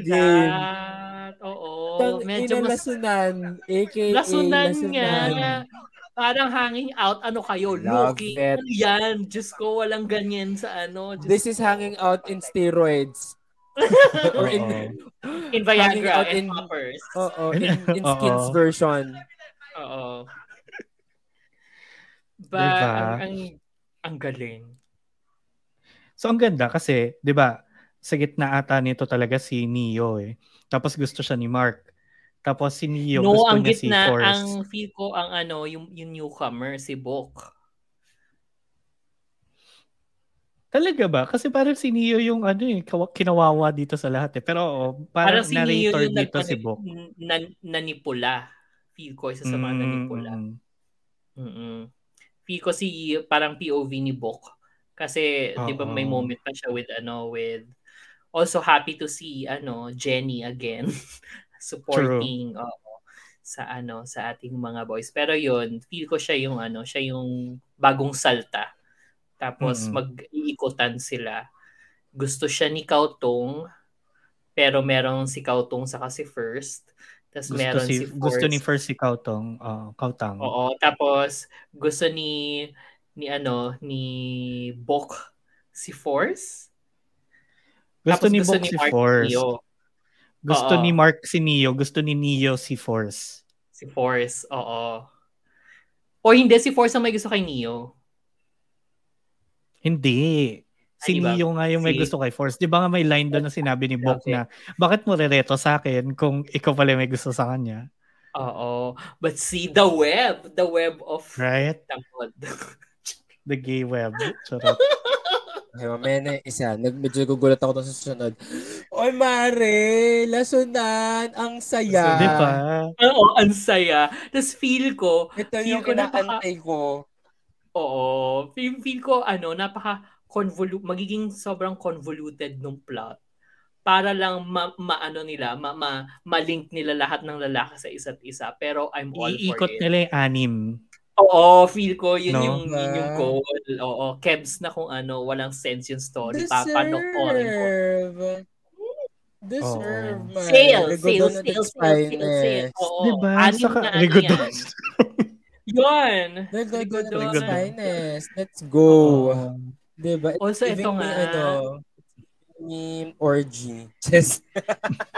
Malay din. that. Oo. Tang ah. Oh, Medyo ina mas lasunan, aka lasunan nga. lasunan. Parang hanging out. Ano kayo? Love Loki. it. Ano yan? Diyos ko, walang ganyan sa ano. Diyos This is ko. hanging out in steroids. or in, hanging In Oh. out Viagra in- and poppers. oo, in, in Oo. skins version. Oo. Ba, Diba? ang, ang, ang galing. So ang ganda kasi, 'di ba? Sa gitna ata nito talaga si Neo eh. Tapos gusto siya ni Mark. Tapos si Neo no, gusto ang niya si gitna, Force. ang feel ko, ang ano, yung, yung newcomer, si Bok. Talaga ba? Kasi parang si Neo yung ano eh, kawa- kinawawa dito sa lahat eh. Pero oo, parang, si Neo narrator yung dito nagpani- si Bok. nan- nanipula. Feel ko, isa sa mga nanipula. Mm, mm, mm Feel ko si parang POV ni Bok. Kasi, di ba may Oo. moment pa siya with, ano, with, also happy to see, ano, Jenny again. supporting, oo, sa ano, sa ating mga boys. Pero yun, feel ko siya yung, ano, siya yung bagong salta. Tapos, Mm-mm. mag-iikutan sila. Gusto siya ni Kautong, pero meron si Kautong sa kasi first. Tapos Gusto, meron si, si, gusto ni Force. first si Kautong, ah, Kautang. Oo, tapos gusto ni ni ano ni Bok si Force. Gusto tapos ni gusto Bok ni si Mark Force. Neo, Gusto Oo. ni Mark si Neo. Gusto ni Neo si Force. si Force. Oo. O hindi si Force ang may gusto kay Neo. Hindi. Ay, Si di ba? Neo nga yung may Si- gusto kay Force. Di ba nga may line doon na sinabi ni Bok Okay. na, bakit mo rereto sa akin kung ikaw pala may gusto sa kanya? Oo. But see the web, the web of Right? Tangod. The gay web. Charot. Okay, mamaya na yung isa. Nag, medyo gugulat ako dun sa susunod. Oy, Mare! Lasunan! Ang saya! Di ba? Oo, ang saya. Tapos feel ko, Ito yung Feel ko napaka- inaantay ko. oo, feel, feel ko ano, napaka convolu magiging sobrang convoluted nung plot. para lang ma- maano nila, ma- ma- ma-link nila lahat ng lalaki sa isa't isa. Pero I'm all Iikot for it. nila yung anim. Oo, feel ko yun No? yung yun yung Ah. goal. Oo, kebs na kung ano, walang sense yung story. Papanoorin ko. Deserve. Deserve, Oo. man. Sales, Regodon sales, at sales, sales, Spines. sales, sales. Oo, diba? anim Saka, na ano Rigodon. yan. Yun. Regodon at Regodon. Spines. Let's go. Diba? It's Also, giving ito me, nga. Ano, meme orgy. Just,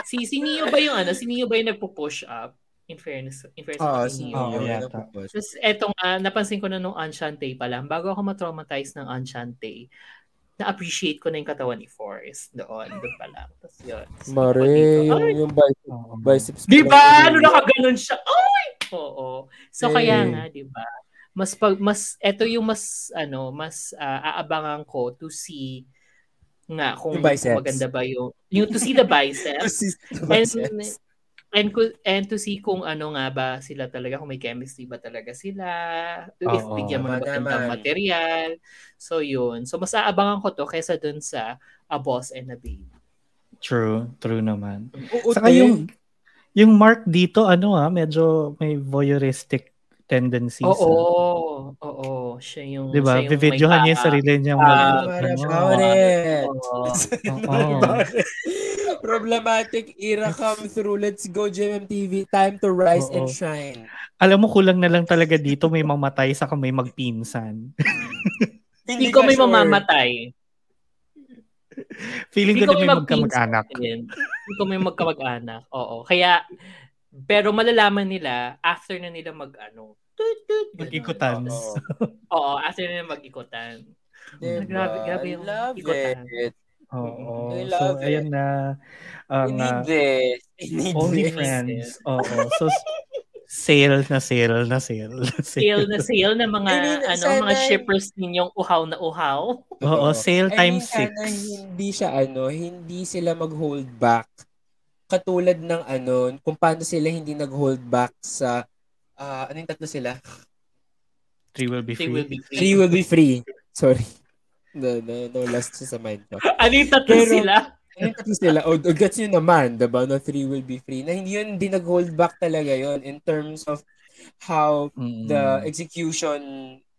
Si, si Neo ba yung ano? Si Neo ba yung nagpo-push up? In fairness, in fairness oo, kay Ah, si Neo. Oo, Neo. yata. napupush. Tapos eto nga, napansin ko na nung Enchante pa lang, bago ako ma-traumatize ng Enchante, na-appreciate ko na yung katawan ni Forrest doon, doon pa lang. Tapos yun. So, Mare, ako dito, yung, ay, yung bicep, biceps. Di ba? pala. Ano nakaganon siya? Ay! Oo. So Eh. kaya nga, di ba? Mas pag mas eto yung mas ano, mas ah, aabangan ko to see nga kung Yung biceps. maganda ba yung yung to see the biceps. Assist to and, biceps. and, ku- and to see kung ano nga ba sila talaga, kung may chemistry ba talaga sila, if Oo. bigyan mo Tama ng magandang naman. material. So, yun. So, mas aabangan ko to kesa dun sa A Boss and a Babe. True, true naman. Oo, Saka te. yung yung mark dito ano ha, medyo may voyeuristic tendencies. Oo. ha? Oo. Siya yung... 'Di ba? siya yung may Bibidyohan Diba? niya paa. yung sarili niya. Ah, Mare, ano, Paolet. Oo. Oo. Oh. Problematic era come through. Let's go, GMMTV. Time to rise Oo. and shine. Alam mo kulang na lang talaga dito may mamatay sa may magpinsan. Hindi ko ka may sure. mamamatay. Feeling Hindi ko ko na may may magkamag-anak. magkamag-anak. Hindi ko may magkamag-anak. Oo. Kaya, pero malalaman nila after na nila mag ano, tut, tut, ganun. Mag-ikutan. Oo. Oo, after na nila mag-ikutan. Diba? Grabe, grabe yung Love ikutan. it. Oo. I So love it. eh. ayan na I ang need ah, this. I need only this. friends. Oo. So s- sale na sale na sale. na Sale na sale na mga I mean, ano, sana- mga shippers ninyong uhaw na uhaw. Oo, sale I times mean, sana 6. hindi siya ano, hindi sila mag-hold back. Katulad ng ano, kung paano sila hindi nag-hold back sa ah, ano yung tatlo sila? 3 will be They will be free. Free free. will be free. Sorry. No, no, no, last siya sa mind ko. Ano yung tatlo Pero- sila? Ano yung tatlo sila? O, o gets nyo naman, diba? Na three will be free. Na hindi yun, hindi nag-hold back talaga yon in terms of how Mm. the execution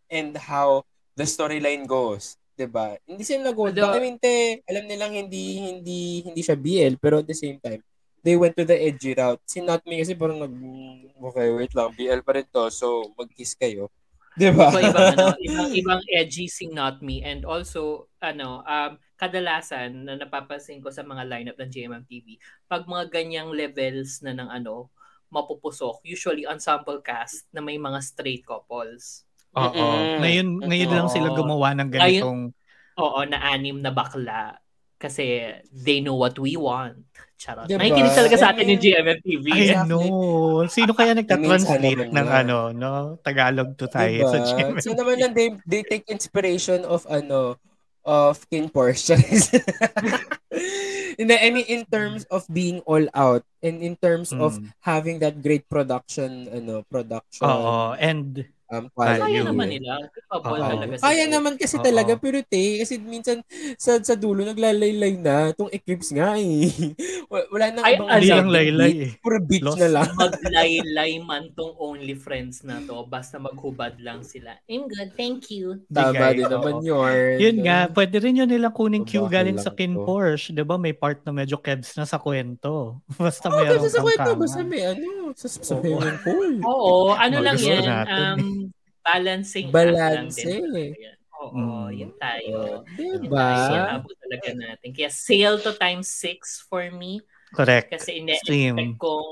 and how the storyline goes. 'di ba? Hindi sila nag-hold Although- back. I mean, te, alam nilang hindi, hindi, hindi siya BL, pero at the same time, they went to the edgy route. Si Not Me kasi parang nag, okay, wait lang, BL pa rin to, so mag-kiss kayo. 'Di ba? So, ibang, ano, ibang, ibang edgy sing not me. And also, ano, um, kadalasan na napapansin ko sa mga lineup ng GMMTV, pag mga ganyang levels na ng ano, mapupusok, usually ensemble cast na may mga straight couples. Oo. Mm-mm. Ngayon, ngayon lang Oo. sila gumawa ng ganitong Oo, na anim na bakla. Kasi they know what we want. Charot. Diba? Nakikinig talaga sa atin I mean, yung GMMTV. I Exactly. know. Sino kaya Minsan nagtatranslate naman ng nga. ano, no? Tagalog to Thai Diba? sa GMA. So naman lang, they, they take inspiration of ano, of King Portions. Hindi, I mean, in terms of being all out and in terms of Mm. having that great production, ano, production Oo. And, um, Kaya Value. naman nila. Couple eh. Oo. talaga sila. Kaya naman kasi Oo. talaga, pero te, kasi minsan sa, sa dulo naglalaylay na, itong eclipse nga eh. Wa- Wala nang Ay, ibang ano? hindi ano, lang laylay eh. Puro beach Lost. na lang. Maglaylay man tong only friends na to. Basta maghubad lang sila. I'm good, thank you. Tama Bigay, din oo. naman yun. Yun nga, pwede rin yun nilang kuning Babae cue galing sa lang Kin to. Porsche. 'di ba May part na medyo kebs na sa kwento. Basta Oh, meron kasi sa kang kwento, tama. basta may ano, sa, sa Oo. swimming pool. Oo, ano Mga lang Oh, gusto yan. natin Um, balancing Balancing. act lang din. talaga yan. Oo, Mm. yun tayo. Yun eh. Diba? tayo, yan abo talaga natin. Kaya sale to times 6 for me. Correct. Kasi ine-expect Same. kong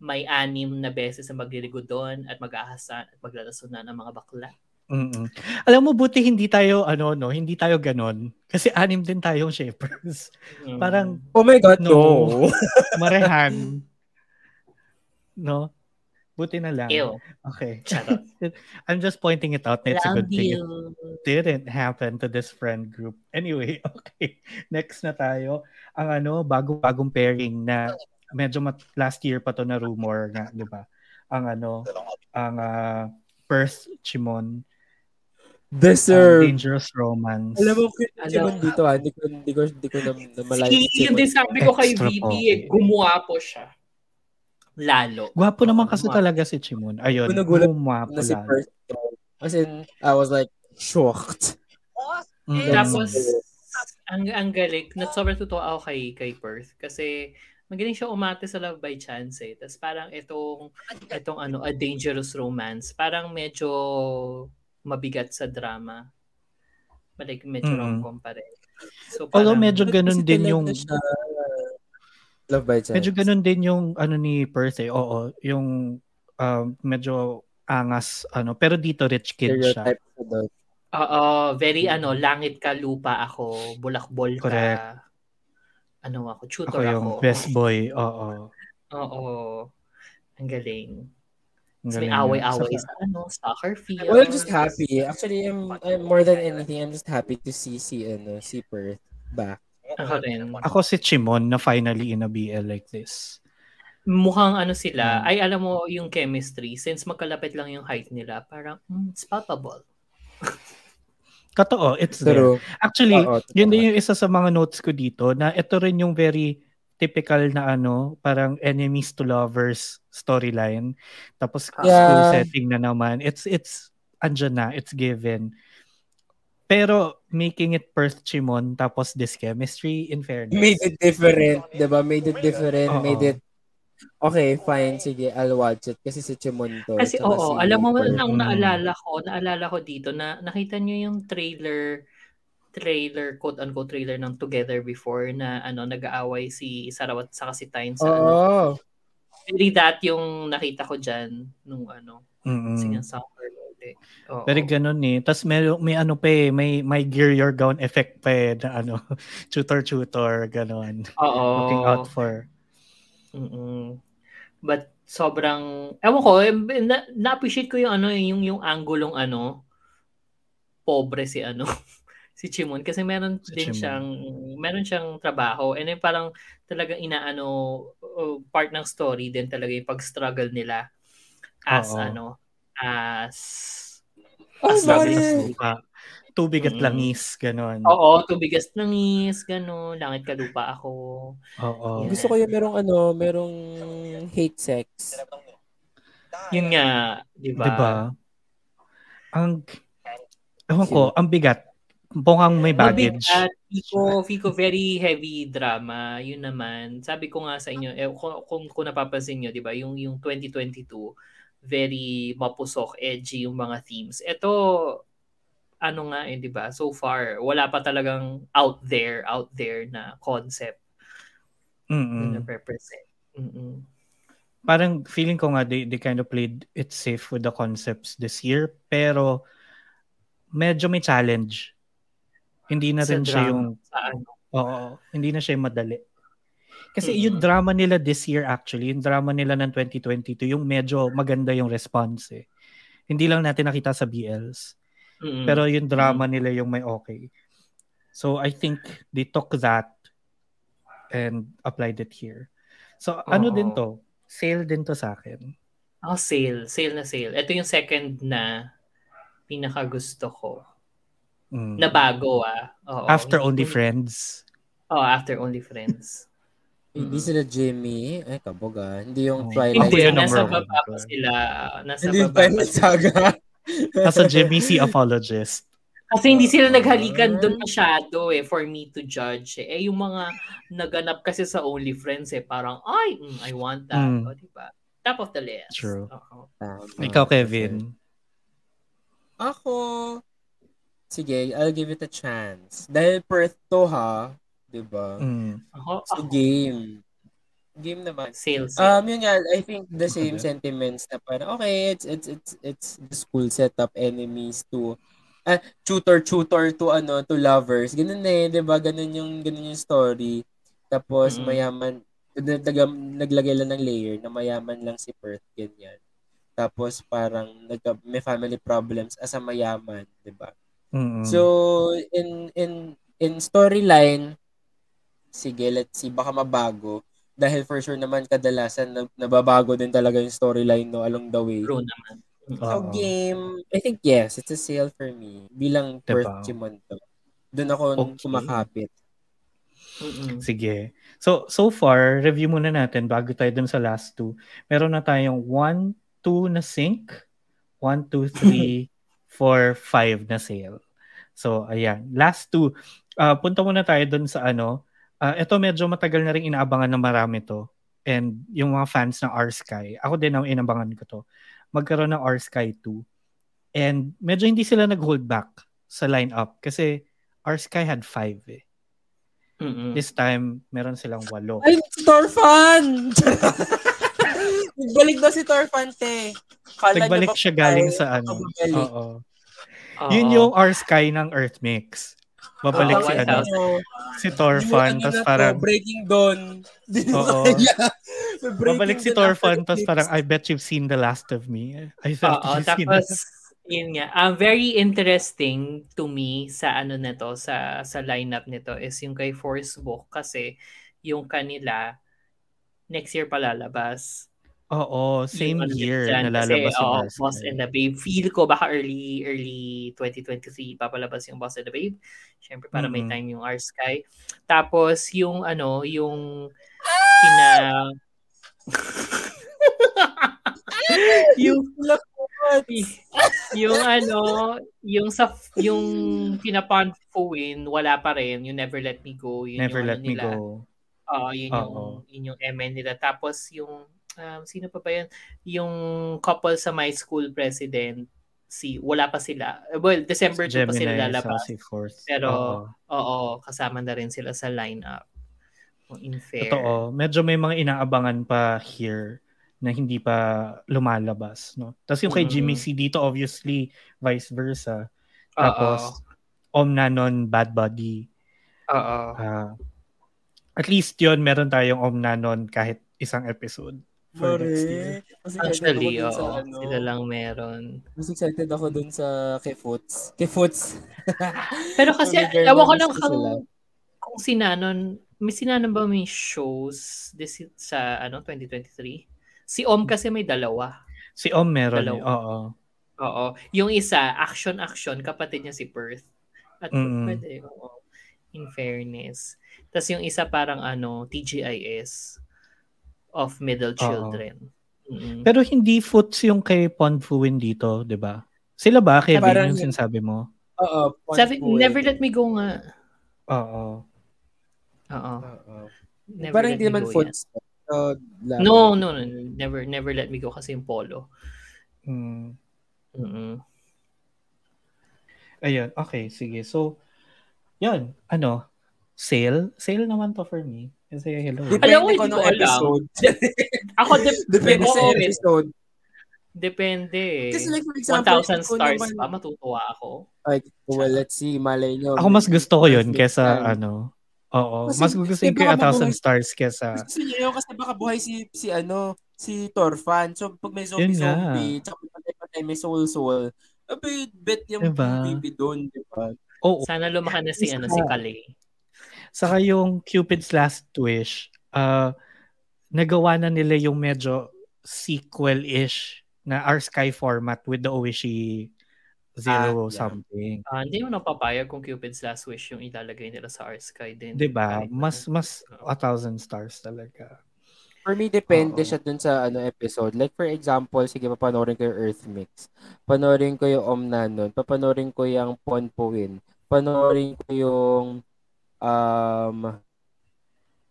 may anim na beses na magliligo doon at mag-ahasan at maglalasunan ng mga bakla. Mm-mm. Alam mo, buti hindi tayo, ano, no, hindi tayo ganon. Kasi anim din tayong shapers. Mm. Parang Oh my God, No. no. Marehan. No? Buti na lang. ew. Okay. Charot. I'm just pointing it out. na It's a Love good thing it you. didn't happen to this friend group. Anyway, okay. Next na tayo. Ang ano, bagong-bagong pairing na medyo mat- last year pa to na rumor nga, di ba? Ang ano, ang ah, Perth Chimon Um, Deserve. dangerous romance. Alam mo, kung Alam- ano dito ah, hindi ko, hindi ko, hindi ko na, na malayo. Si, yun din sabi ko kay Extra VP, pogi. eh, gumawa po siya. Lalo. Gwapo naman kasi Gwapo. talaga si Chimon. Ayun, Ako nagulat gumapo na si lang. Perth. As in, I was like, shocked. Mm. Tapos, ang, ang galing. Na sobrang totoo ako kay, kay Perth. Kasi, magaling siya umate sa Love by Chance eh. Tapos parang itong, itong ano, A Dangerous Romance. Parang medyo mabigat sa drama. Like, medyo Mm. rom-com pa rin. So, Although parang- medyo Kasi ganun din talaga yung siya, uh, Love by Chance. medyo ganun din yung ano ni Perth eh. Oo, yung um, medyo angas ano, pero dito rich kid siya. Stereotype ko daw. Oo, very ano, langit ka, lupa ako, bulakbol ka. Correct. Ano ako, Ako tutor yung ako. best boy. Oo. Oo. Ang galing. Ang Tapos may galing yun. away-away Sa- sa ano, soccer field. Well, I'm just happy. Actually, I'm, I'm more than anything, I'm just happy to see si, ano, si Perth back. Ako rin. Ako si Chimon na finally in a BL like this. Mukhang ano sila, Hmm. ay alam mo yung chemistry, since magkalapit lang yung height nila, parang mm, it's palpable. Totoo, it's there. Pero, Actually, oo, totoo. yun din yung isa sa mga notes ko dito na ito rin yung very typical na ano, parang enemies to lovers storyline. Tapos school Ah. Yeah. setting na naman. It's it's andyan na, it's given. Pero making it Perth Chimon tapos this chemistry in fairness. made it different, 'di ba? Made it different, Oo. made it Okay, fine, sige, I'll watch it kasi si Chimon to. Kasi tsaka oo, si Hmm. alam mo, Pearl. ang Mm. naalala ko, naalala ko dito na nakita nyo yung trailer, trailer, quote-unquote trailer ng Together Before na ano, nag-aaway si Sarawat sa si Tyne sa ano. Oo. Really that yung nakita ko dyan nung ano, Mm-mm. sinasummer ulit. Oo. Mm. Very ganun eh. Tapos may, may ano pa eh, may, may gear your gown effect pa eh, na ano, tutor-tutor, ganun. Oo. Oh. Looking out for. Mm-mm. But sobrang ewan ko eh, na, na-appreciate ko yung ano eh, yung yung anggulong ano pobre si ano si Chimon kasi meron Si din Chimon. siyang meron siyang trabaho and then parang talagang inaano uh, part ng story din talaga yung pag-struggle nila as Oo. ano as Oh, as Sabi ng Mare! supa, tubig at Mm. langis, ganun. Oh. Oo, tubigas langis, gano'n, langit ka lupa ako. Oo. Gusto ko yung merong ano, merong hate sex. Yun nga, di ba? Diba? Ang, ewan ko, ang bigat. Bungang may baggage. Mabigat, Fico, Fico, very heavy drama. Yun naman. Sabi ko nga sa inyo, eh, kung, kung, kung napapansin nyo, di ba, yung, yung 2022, very mapusok, edgy yung mga themes. Ito, ano nga eh, di ba, so far, wala pa talagang out there, out there na concept na Mm-mm. represent. Mm-mm. Parang feeling ko nga they, they kind of played it safe with the concepts this year, pero medyo may challenge. Hindi na Sa rin siya drama, yung sa ano. Oo, hindi na siya madali. Kasi Mm-mm. yung drama nila this year actually, yung drama nila ng 2022, yung medyo maganda yung response eh. Hindi lang natin nakita sa BLs. Mm-mm. Pero yung drama Mm. nila yung may okay. So I think they took that and applied it here. So ano Oo. din to? Sale din to sa akin. Ako Ah, sale, sale na sale. Ito yung second na pinaka gusto ko. Mm. Na bago ah. Oo. After Only Friends. Oh, after Only Friends. Hindi sila Jimmy, ay kabog ah. Hindi yung Oh. Twilight. Hindi, yun ang nasa number baba one. pa sila. Nasa Hindi yung baba pa Twilight sila. Saga. Nasa Jimmy C. Apologist. Kasi hindi sila naghalikan doon masyado eh for me to judge eh. Eh, yung mga naganap kasi sa Only Friends eh, parang, ay, mm, I want that. Mm. O, diba? Top of the list. True. Oo. Tama. Ikaw, Kevin. Ako, sige, I'll give it a chance. Dahil Perth to ha, Diba? di ba? Mm. Ako, So, ako, game. Game naman. sales. eh. Um, yun nga, I think the same sentiments na parang, okay, it's, it's, it's, it's the school setup enemies to, ah, tutor, tutor to, ano, to lovers. Ganun na eh, di ba? Ganun yung, ganun yung story. Tapos, Mm. mayaman, nag- naglagay lang ng layer na mayaman lang si Perth, ganyan. Tapos, parang, nagka, may family problems as a mayaman, di ba? Mm-mm. So in in in storyline sige let's see baka mabago dahil for sure naman kadalasan nab- nababago din talaga yung storyline no along the way. True eh. naman. So, Oo. game, I think yes, it's a sale for me. Bilang Diba? Perth Chimonto. Doon ako Okay. kumakapit. Mm-mm. Sige. So, so far, review muna natin bago tayo dun sa last two. Meron na tayong 1, 2 na sync, 1, 2, 3, 4, 5 na sale. So, ayan. Last two. Ah, punta muna tayo dun sa ano. Ah, ito medyo matagal na rin inaabangan ng marami to. And yung mga fans ng R-Sky. Ako din ang inabangan ko to. Magkaroon ng R-Sky 2. And medyo hindi sila nag-hold back sa lineup kasi R-Sky had 5 eh. Mm-mm. This time, meron silang walo. Ay, si Torfan! Nagbalik daw si Torfan, te. Kala Nagbalik niya ba- siya galing sa Ay, ano. babalik. Oo. Oo. Yun yung R-Sky ng Earth Mix. Babalik Oo, si, ano, Ano, si yung Torfan, ano tapos na to, parang, Breaking Dawn. Oo. babalik si Torfan, tapos tas parang, I bet you've seen the last of me. I thought Oo, you've seen tapos yun nga. Ah, very interesting to me sa ano na to, sa, sa lineup nito is yung kay Force Book kasi yung kanila next year palalabas. Oo, same Yung ano year dyan, na lalabas kasi, yung oo, R-Sky. Boss and the Babe. Feel ko baka early early 2023 papalabas yung Boss and the Babe. Siyempre para may Mm-mm. time yung R-Sky. Tapos yung ano, yung kina... yung yung ano, yung sa yung kinapon Fuin, wala pa rin, yung Never Let Me Go, yun Never yung Let ano Me nila. Go. Oo, yun yung, Oo. yun yung MN nila. Tapos yung, um, sino pa ba yun? Yung couple sa my school president, si, wala pa sila. Well, December 2 pa sila Gemini, lalabas. Saucy Force. Pero, Oo. Oo, kasama na rin sila sa lineup. Kung in fair. Totoo. Medyo may mga inaabangan pa here na hindi pa lumalabas, no? Tapos yung kay Mm. Jimmy C dito, obviously, vice versa. Oo. Tapos, Om Nanon, Bad Body. Oo. ah at least yon meron tayong Om Nanon kahit isang episode. for next year. ako Actually, dun sa, oo. ano, Sila lang meron. Mas excited ako dun sa kay Foots. Kay Foots. Pero kasi, Sorry, girl, ewan ko namiss lang ko kung, sila. kung sinanon, may sinanon ba may shows this, sa ano 2023? Si Om kasi may dalawa. Si Om meron. eh. Dalawa. Oo. Oo. Yung isa, Action Action, kapatid niya si Perth. At Mm-mm. pwede, oo. In fairness. Tapos yung isa parang ano, TGIS of Middle Children. Mm-mm. Pero hindi foots yung kay Ponfuin dito, di ba? Sila ba, Kevin, Parang yung yun. sinasabi mo? Oo. Pond Sabi, Pool. never let me go nga. Oo. Oo. Oo. Never Parang Let hindi Me naman Go yan. Foots. uh, So, laban. No, no, no, no. Never, never let me go kasi yung polo. Mm. Mm-mm. Ayun, okay, sige. So, yun, ano, sale? Sale naman to for me. Kasi hello. Depende Alam ko, ko hindi nung ko alam. episode. Ako, de- Depende sa Oo, episode. depende. Kasi like, for example, 1,000 kung stars naman- pa, matutuwa ako. Ay, well, let's see. Malay nyo. Ako mas gusto ko yun Perfect kesa time. ano. Oo, Kasi, mas gusto ko diba, yung A Thousand mabuhay- Stars kesa... Gusto nyo yun kasi baka buhay si, si ano, si Torfan. So, pag may zombie-zombie, tsaka may patay-patay, may soul-soul, abay, bet yung Diba? baby diba? doon, di ba? Oo, Sana lumahan na si, ano, si Kale. saka yung Cupid's Last Wish, uh, nagawa na nila yung medyo sequel-ish na R-Sky format with the Oishi Ah, Zero yeah. something. Ah, hindi mo napapayag kung Cupid's Last Wish yung ilalagay nila sa R-Sky din. Diba? Kahit na- Mas, mas A Thousand Stars talaga. For me, depende Oo. siya dun sa ano episode. Like for example, sige, papanoorin ko yung Earth Mix. Panoorin ko yung Om Nanon. Papanoorin ko yung Ponpoin. Panoorin ko yung um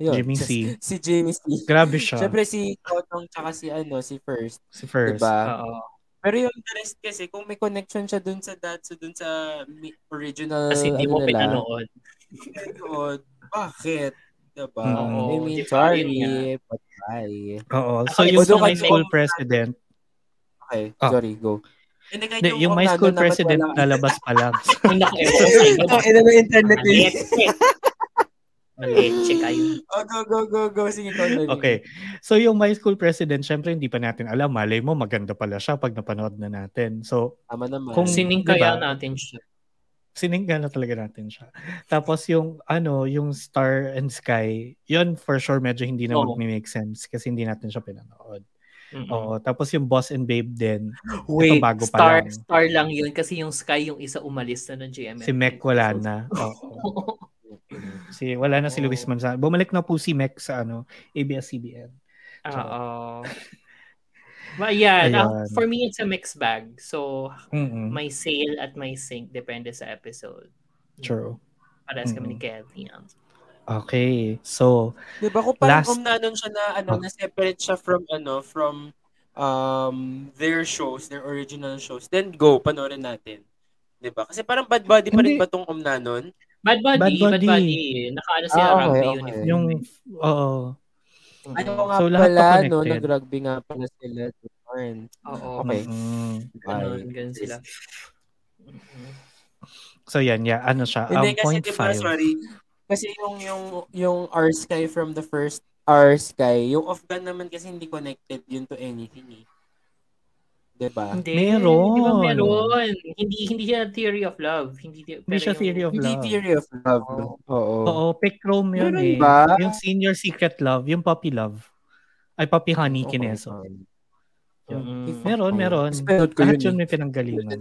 yun, Jimmy si, C. Ah. si Jimmy C. Grabe siya. Siyempre si Kotong tsaka si ano, si First. si First. Diba? ano. Oo. Pero yung the rest kasi, kung may connection siya dun sa dad, so dun sa mi- original Kasi hindi ano mo nila, pinanood. pinanood, bakit? Diba? Oo, I mean, di ba? sorry, Yun but why? Oo. Ako, So, yung yung Budokan my school School president, Okay, Ah. sorry, go. Hindi, kahit hindi, yung my Om school Nanon naman president wala- lalabas pa lang. Yung nakaewan ko sa inyo. Ang ina ng internet eh. Maleche. Maleche kayo. Oh, go, go, go, go. Sige, Conrad. okay. So, yung my school president, syempre hindi pa natin alam. Malay mo, maganda pala siya pag napanood na natin. So, Tama naman. Kung- Siningkayan Diba? natin siya. sininggan na talaga natin siya. Tapos yung, ano, yung Star and Sky, yun for sure medyo hindi na Oo. mag-make sense kasi hindi natin siya pinanood. Mm. Mm-mm. Oo, tapos yung Boss and Babe din. Wait, Oh, bago pa star, lang. star lang yun kasi yung Sky yung isa umalis na ng GMM. Si Mech wala na. Oo. Si, wala na si Oh. Luis Manzano. Bumalik na po si Mech sa ano, ABS-CBN. Oo. But yeah, Ayan. ah, for me it's a mixed bag. So Mm-mm. may sale at may sink depende sa episode. True. Parehas kami ni Mm. Kelly. ah. Okay. So, Di ba ko parang Last- Ah. um, na ano siya na ano na separate siya from ano from um their shows, their original shows. Then go panoorin natin. Di ba? Kasi parang bad body pa rin Hindi. ba tong um na nun? Bad Buddy, Bad Bad Buddy. Buddy. Nakaano sila Ah, okay, rugby okay. uniform. yung, oo. Mm. Ano nga So, lahat Pala, pa no, connected. nag-rugby nga pala sila. Darn. Oo. Okay. Mm. Ganun, ganun sila. So, yan. Yeah, ano siya? Um, Hindi kasi point di ba, five. sorry. Kasi yung yung yung R Sky from the first R Sky, yung off gun naman kasi hindi connected yun to anything eh. Di ba? Hindi. Meron. Di ba meron? Hindi, hindi siya theory of love. Hindi, pero Hindi siya yung- theory of Hindi love. theory of love. Oo. Oo. Oo, Picrom yun Meron eh. ba? Yung senior secret love, yung puppy love. Ay, puppy honey kineso. Mm. Mm-mm. Meron, meron. Mas pinanood Mm-hmm. ko Lahat yun yun eh. may pinanggalingan.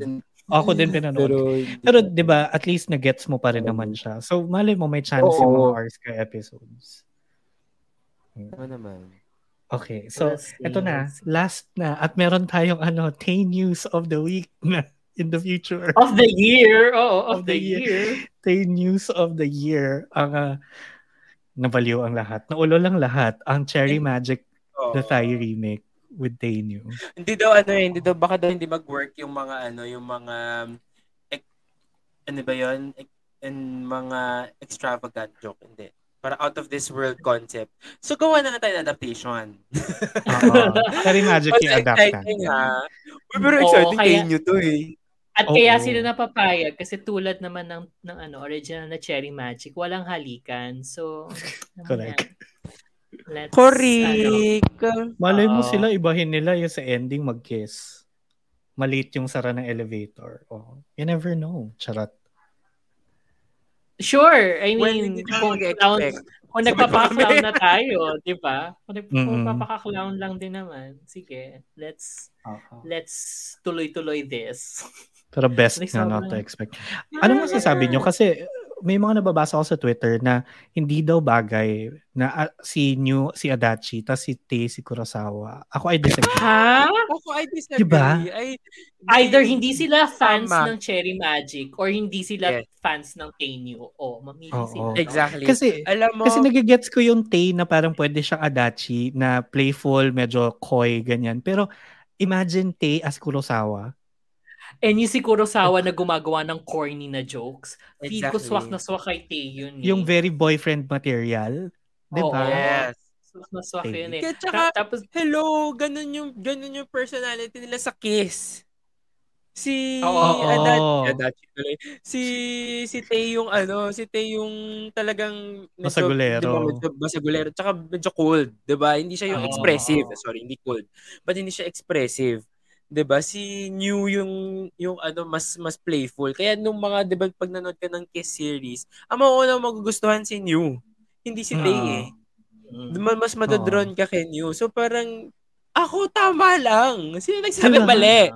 Ako din pinanood. Pero, Pero 'di ba, at least na-gets mo pa rin naman siya. So malay mo may chance yung mga Oo. hours ka episodes. Ano naman? Okay, so Let's see, ito na, let's see. last na at meron tayong ano, 10 news of the week na in the future. Of the year. Oo, of, the, year. 10 news of the year ang ah, nabaliw ang lahat. Naulo lang lahat ang Cherry Magic Oo. the Thai remake with 10 news. Hindi daw ano eh, hindi daw baka daw hindi mag-work yung mga ano, yung mga um, ek- ano ba 'yon? and mga extravagant joke, hindi. Para out of this world concept. So gawa na nga tayo ng adaptation. Oo. Cherry Magic Mas yung adaptan. exciting ha. Uy, pero Oo, exciting kaya- kaya... nyo to eh. At Oo. kaya sila napapayag kasi tulad naman ng, ng ano, original na Cherry Magic, walang halikan. So, ano Correct. yan. Let's, ano, Correct. Malay mo Oo. sila, ibahin nila yung sa ending mag-kiss. Malit yung sara ng elevator. Oh, you never know. Charat. Sure. I Well, mean, hindi na kung, clown, mag-expect. kung Sabi nagpapaka-clown kami. na tayo, di ba? Kung nag- Kung Mm-mm. papaka-clown lang din naman, sige, let's let's tuloy-tuloy this. Pero best Like, na sobrang- not Ah! to expect. Ano masasabi nyo? Kasi may mga nababasa ako sa Twitter na hindi daw bagay na ah, si New, si Adachi, tas si Tay, si Kurosawa. Ako ay disagree. Ha? Ako, I disagree. Diba? I, Either hindi sila fans Tama. ng Cherry Magic or hindi sila Yes. fans ng Tenyu. O, mamili Oo. sila. Exactly. Kasi, Alam mo, kasi nagigets ko yung Tay na parang pwede siyang Adachi na playful, medyo coy, ganyan. Pero imagine Tay as Kurosawa. And yung si Kurosawa na gumagawa ng corny na jokes, feel ko Exactly. swak na swak kay eh. Tenyu. Mm. ni. Yung very boyfriend material. Di Oo. ba? yes. Swak na swak Okay. yun eh. Kaya tsaka, Ta- tapos, hello, ganun yung, ganun yung personality nila sa Kiss. Si Oo, oo. Adachi, Adachi tuloy. Si si Tay yung ano, si Tay yung talagang medyo, Basagulero. di ba, medyo basagulero tsaka medyo cold, 'di ba? Hindi siya yung Oo. expressive. Sorry, hindi cold. But hindi siya expressive. 'Di ba? Si New yung yung ano mas mas playful. Kaya nung mga 'di ba pag nanood ka ng Kiss series, ang mauuna magugustuhan si New. Hindi si Tay Oo. eh. Ma- mas madadron ka kay New. So parang ako tama lang. Sino nagsabi Diba? mali?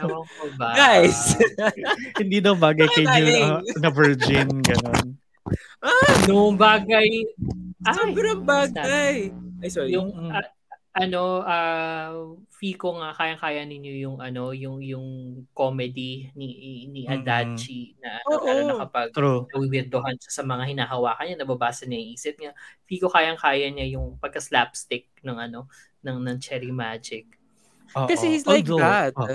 Ewan ko ba? Guys. Hindi daw bagay kay Jill galing. ah, na virgin, gano'n. No bagay. Ay, Sobrang bagay. Ay, sorry. Yung Mm-mm. ah, ano, ah Fico nga kayang-kaya ninyo yung ano, yung yung comedy ni ni Adachi na ano, Oo. lalo na kapag True. nawiwirdohan siya sa mga hinahawakan niya, nababasa niya yung isip niya. Fico kayang-kaya niya yung pagka-slapstick ng ano, ng, ng Cherry Magic. Oo. Kasi he's like Although, that. oh,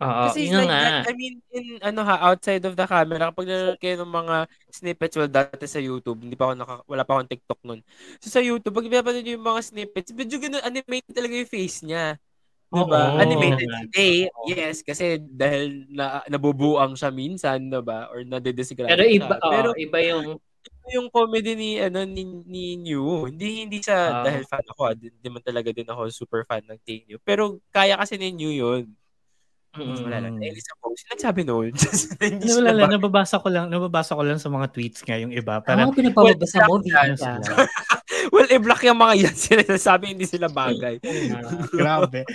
Oo, Kasi he's yun like nga. that. I mean, in ano ha, outside of the camera, kapag nanonood kayo ng mga snippets, well, dati sa YouTube, hindi pa ako naka, wala pa akong TikTok nun. So sa YouTube, pag pinapanood niyo yung mga snippets, medyo ganun, animated talaga yung face niya. Diba? Oo. Animated Oo. today, yes, kasi dahil na, nabubuang siya minsan, diba? Or nadedesigrado Pero iba, siya. Pero oo, iba yung yung comedy ni ano ni, ni New. Hindi hindi sa Ah. dahil fan ako, ah, di- hindi man talaga din ako super fan ng Team New. Pero kaya kasi ni New yun. Mm. Wala lang. Eh, Mm. Dahil sa post, nagsabi noon. hindi ano, sila wala lang, ba? Ah, nababasa ko lang, nababasa ko lang sa mga tweets nga yung iba. Ano Parang, ang pinapababasa Well, mo, Vika? ano sila? well, i-block yung mga yan. Sinasabi hindi sila bagay. Grabe.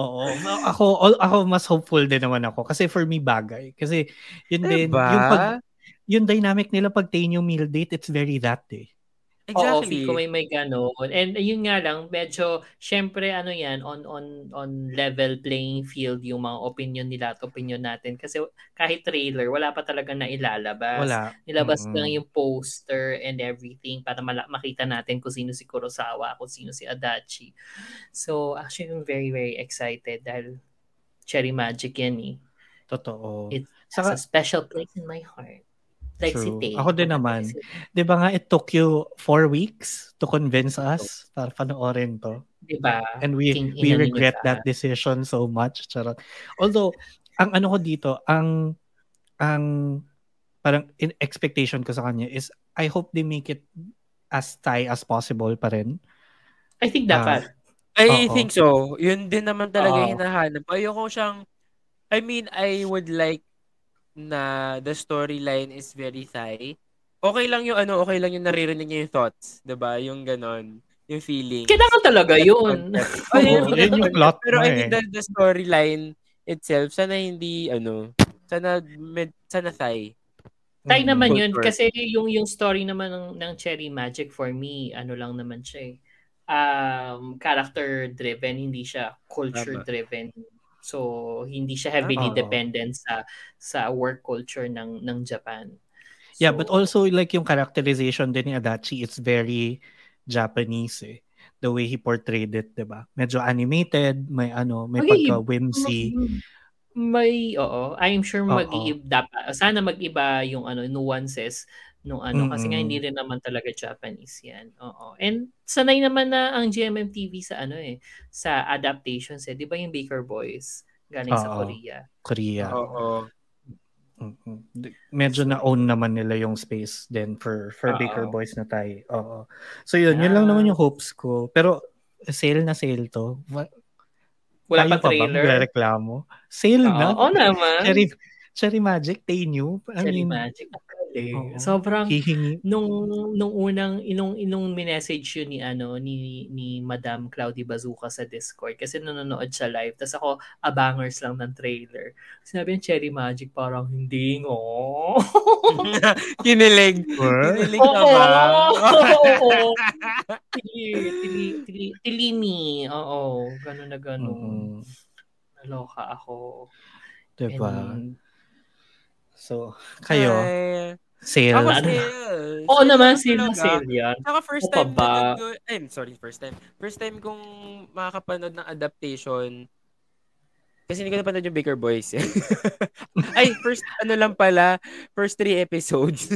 Oo. Ako, ako mas hopeful din naman ako. Kasi for me, bagay. Kasi yun din, Diba? yung, pag, yung dynamic nila pag 10 yung meal date, it's very that eh. Oo, Exactly. feel ko may may ganoon. And yun nga lang, medyo, syempre, ano yan, on, on, on level playing field yung mga opinion nila at opinion natin. Kasi kahit trailer, wala pa talaga na ilalabas. Wala. Nilabas Mm-mm. lang yung poster and everything para mala- makita natin kung sino si Kurosawa, kung sino si Adachi. So, actually, I'm very, very excited dahil cherry magic yan eh. Totoo. It- Saka- It's a special place in my heart. Like si True. Tay. Ako din naman. Di ba nga, it took you four weeks to convince us para panoorin to. Diba? Ah, And we King we ina ni regret Nita. that decision so much. Charot. Although, ang ano ko dito, ang ang parang in expectation ko sa kanya is I hope they make it as Thai as possible pa rin. I think dapat. Ah. I Oo. think so. Yun din naman talaga Oo. hinahanap. Ayoko siyang, I mean, I would like na the storyline is very Thai. Okay lang yung ano, okay lang yung naririnig niya yung thoughts. 'di ba Yung ganon. Yung feeling. Kailangan talaga yun. Ay, Oo, yun, yun yung plot Pero mo I eh. mean, the, the storyline itself, sana hindi, ano, sana, med, sana Thai. Tay Mm-hmm. naman Good yun work. kasi yung yung story naman ng ng Cherry Magic for me, ano lang naman siya eh. Um, character driven, hindi siya culture driven. So hindi siya heavily Ah, oo. dependent sa sa work culture ng ng Japan. So, Yeah, but also like yung characterization din ni Adachi, it's very Japanese eh. The way he portrayed it, di ba? Medyo animated, may ano, may Okay, pagka-whimsy. may oo I'm sure Oo. mag-iib dapat sana mag-iba yung ano nuances nung ano kasi nga Mm-mm. hindi rin naman talaga Japanese yan. Oo. And sanay naman na ang GMM TV sa ano eh sa adaptations eh. 'Di ba yung Baker Boys galing sa Oo. Korea? Korea. Oh. Oo. Mm-mm. D- Medyo na-own naman nila yung space then for for Oo. Baker Boys na tayo. Oo. So yun, yun Yeah. lang naman yung hopes ko. Pero sale na sale to. Wa- Wala tayo pa trailer. ba reklamo? Sale Oo, na. oo naman. Cherry, Cherry Magic, they knew. I Cherry mean, Magic. Actually. Oo. Sobrang hihingi. nung nung unang inong inong minessage yun ni ano ni ni Madam Cloudy Bazuka sa Discord kasi nanonood siya live tas ako abangers lang ng trailer sinabi niya Cherry Magic parang hindi ngo Kinilig. Kinilig naman. oo tili tili tili tili me oo ganun na ganun Mm-mm. naloka ako Diba? And- So, kayo, Ay. sale. Ako Ano? sale. oo Sale naman lang sila talaga. sale yan Saka first Ano time pa ba? na nag- I'm sorry, first time. First time kong makakapanood ng adaptation. Kasi hindi ko napanood yung Baker Boys. eh. Ay, first ano lang pala, first three episodes.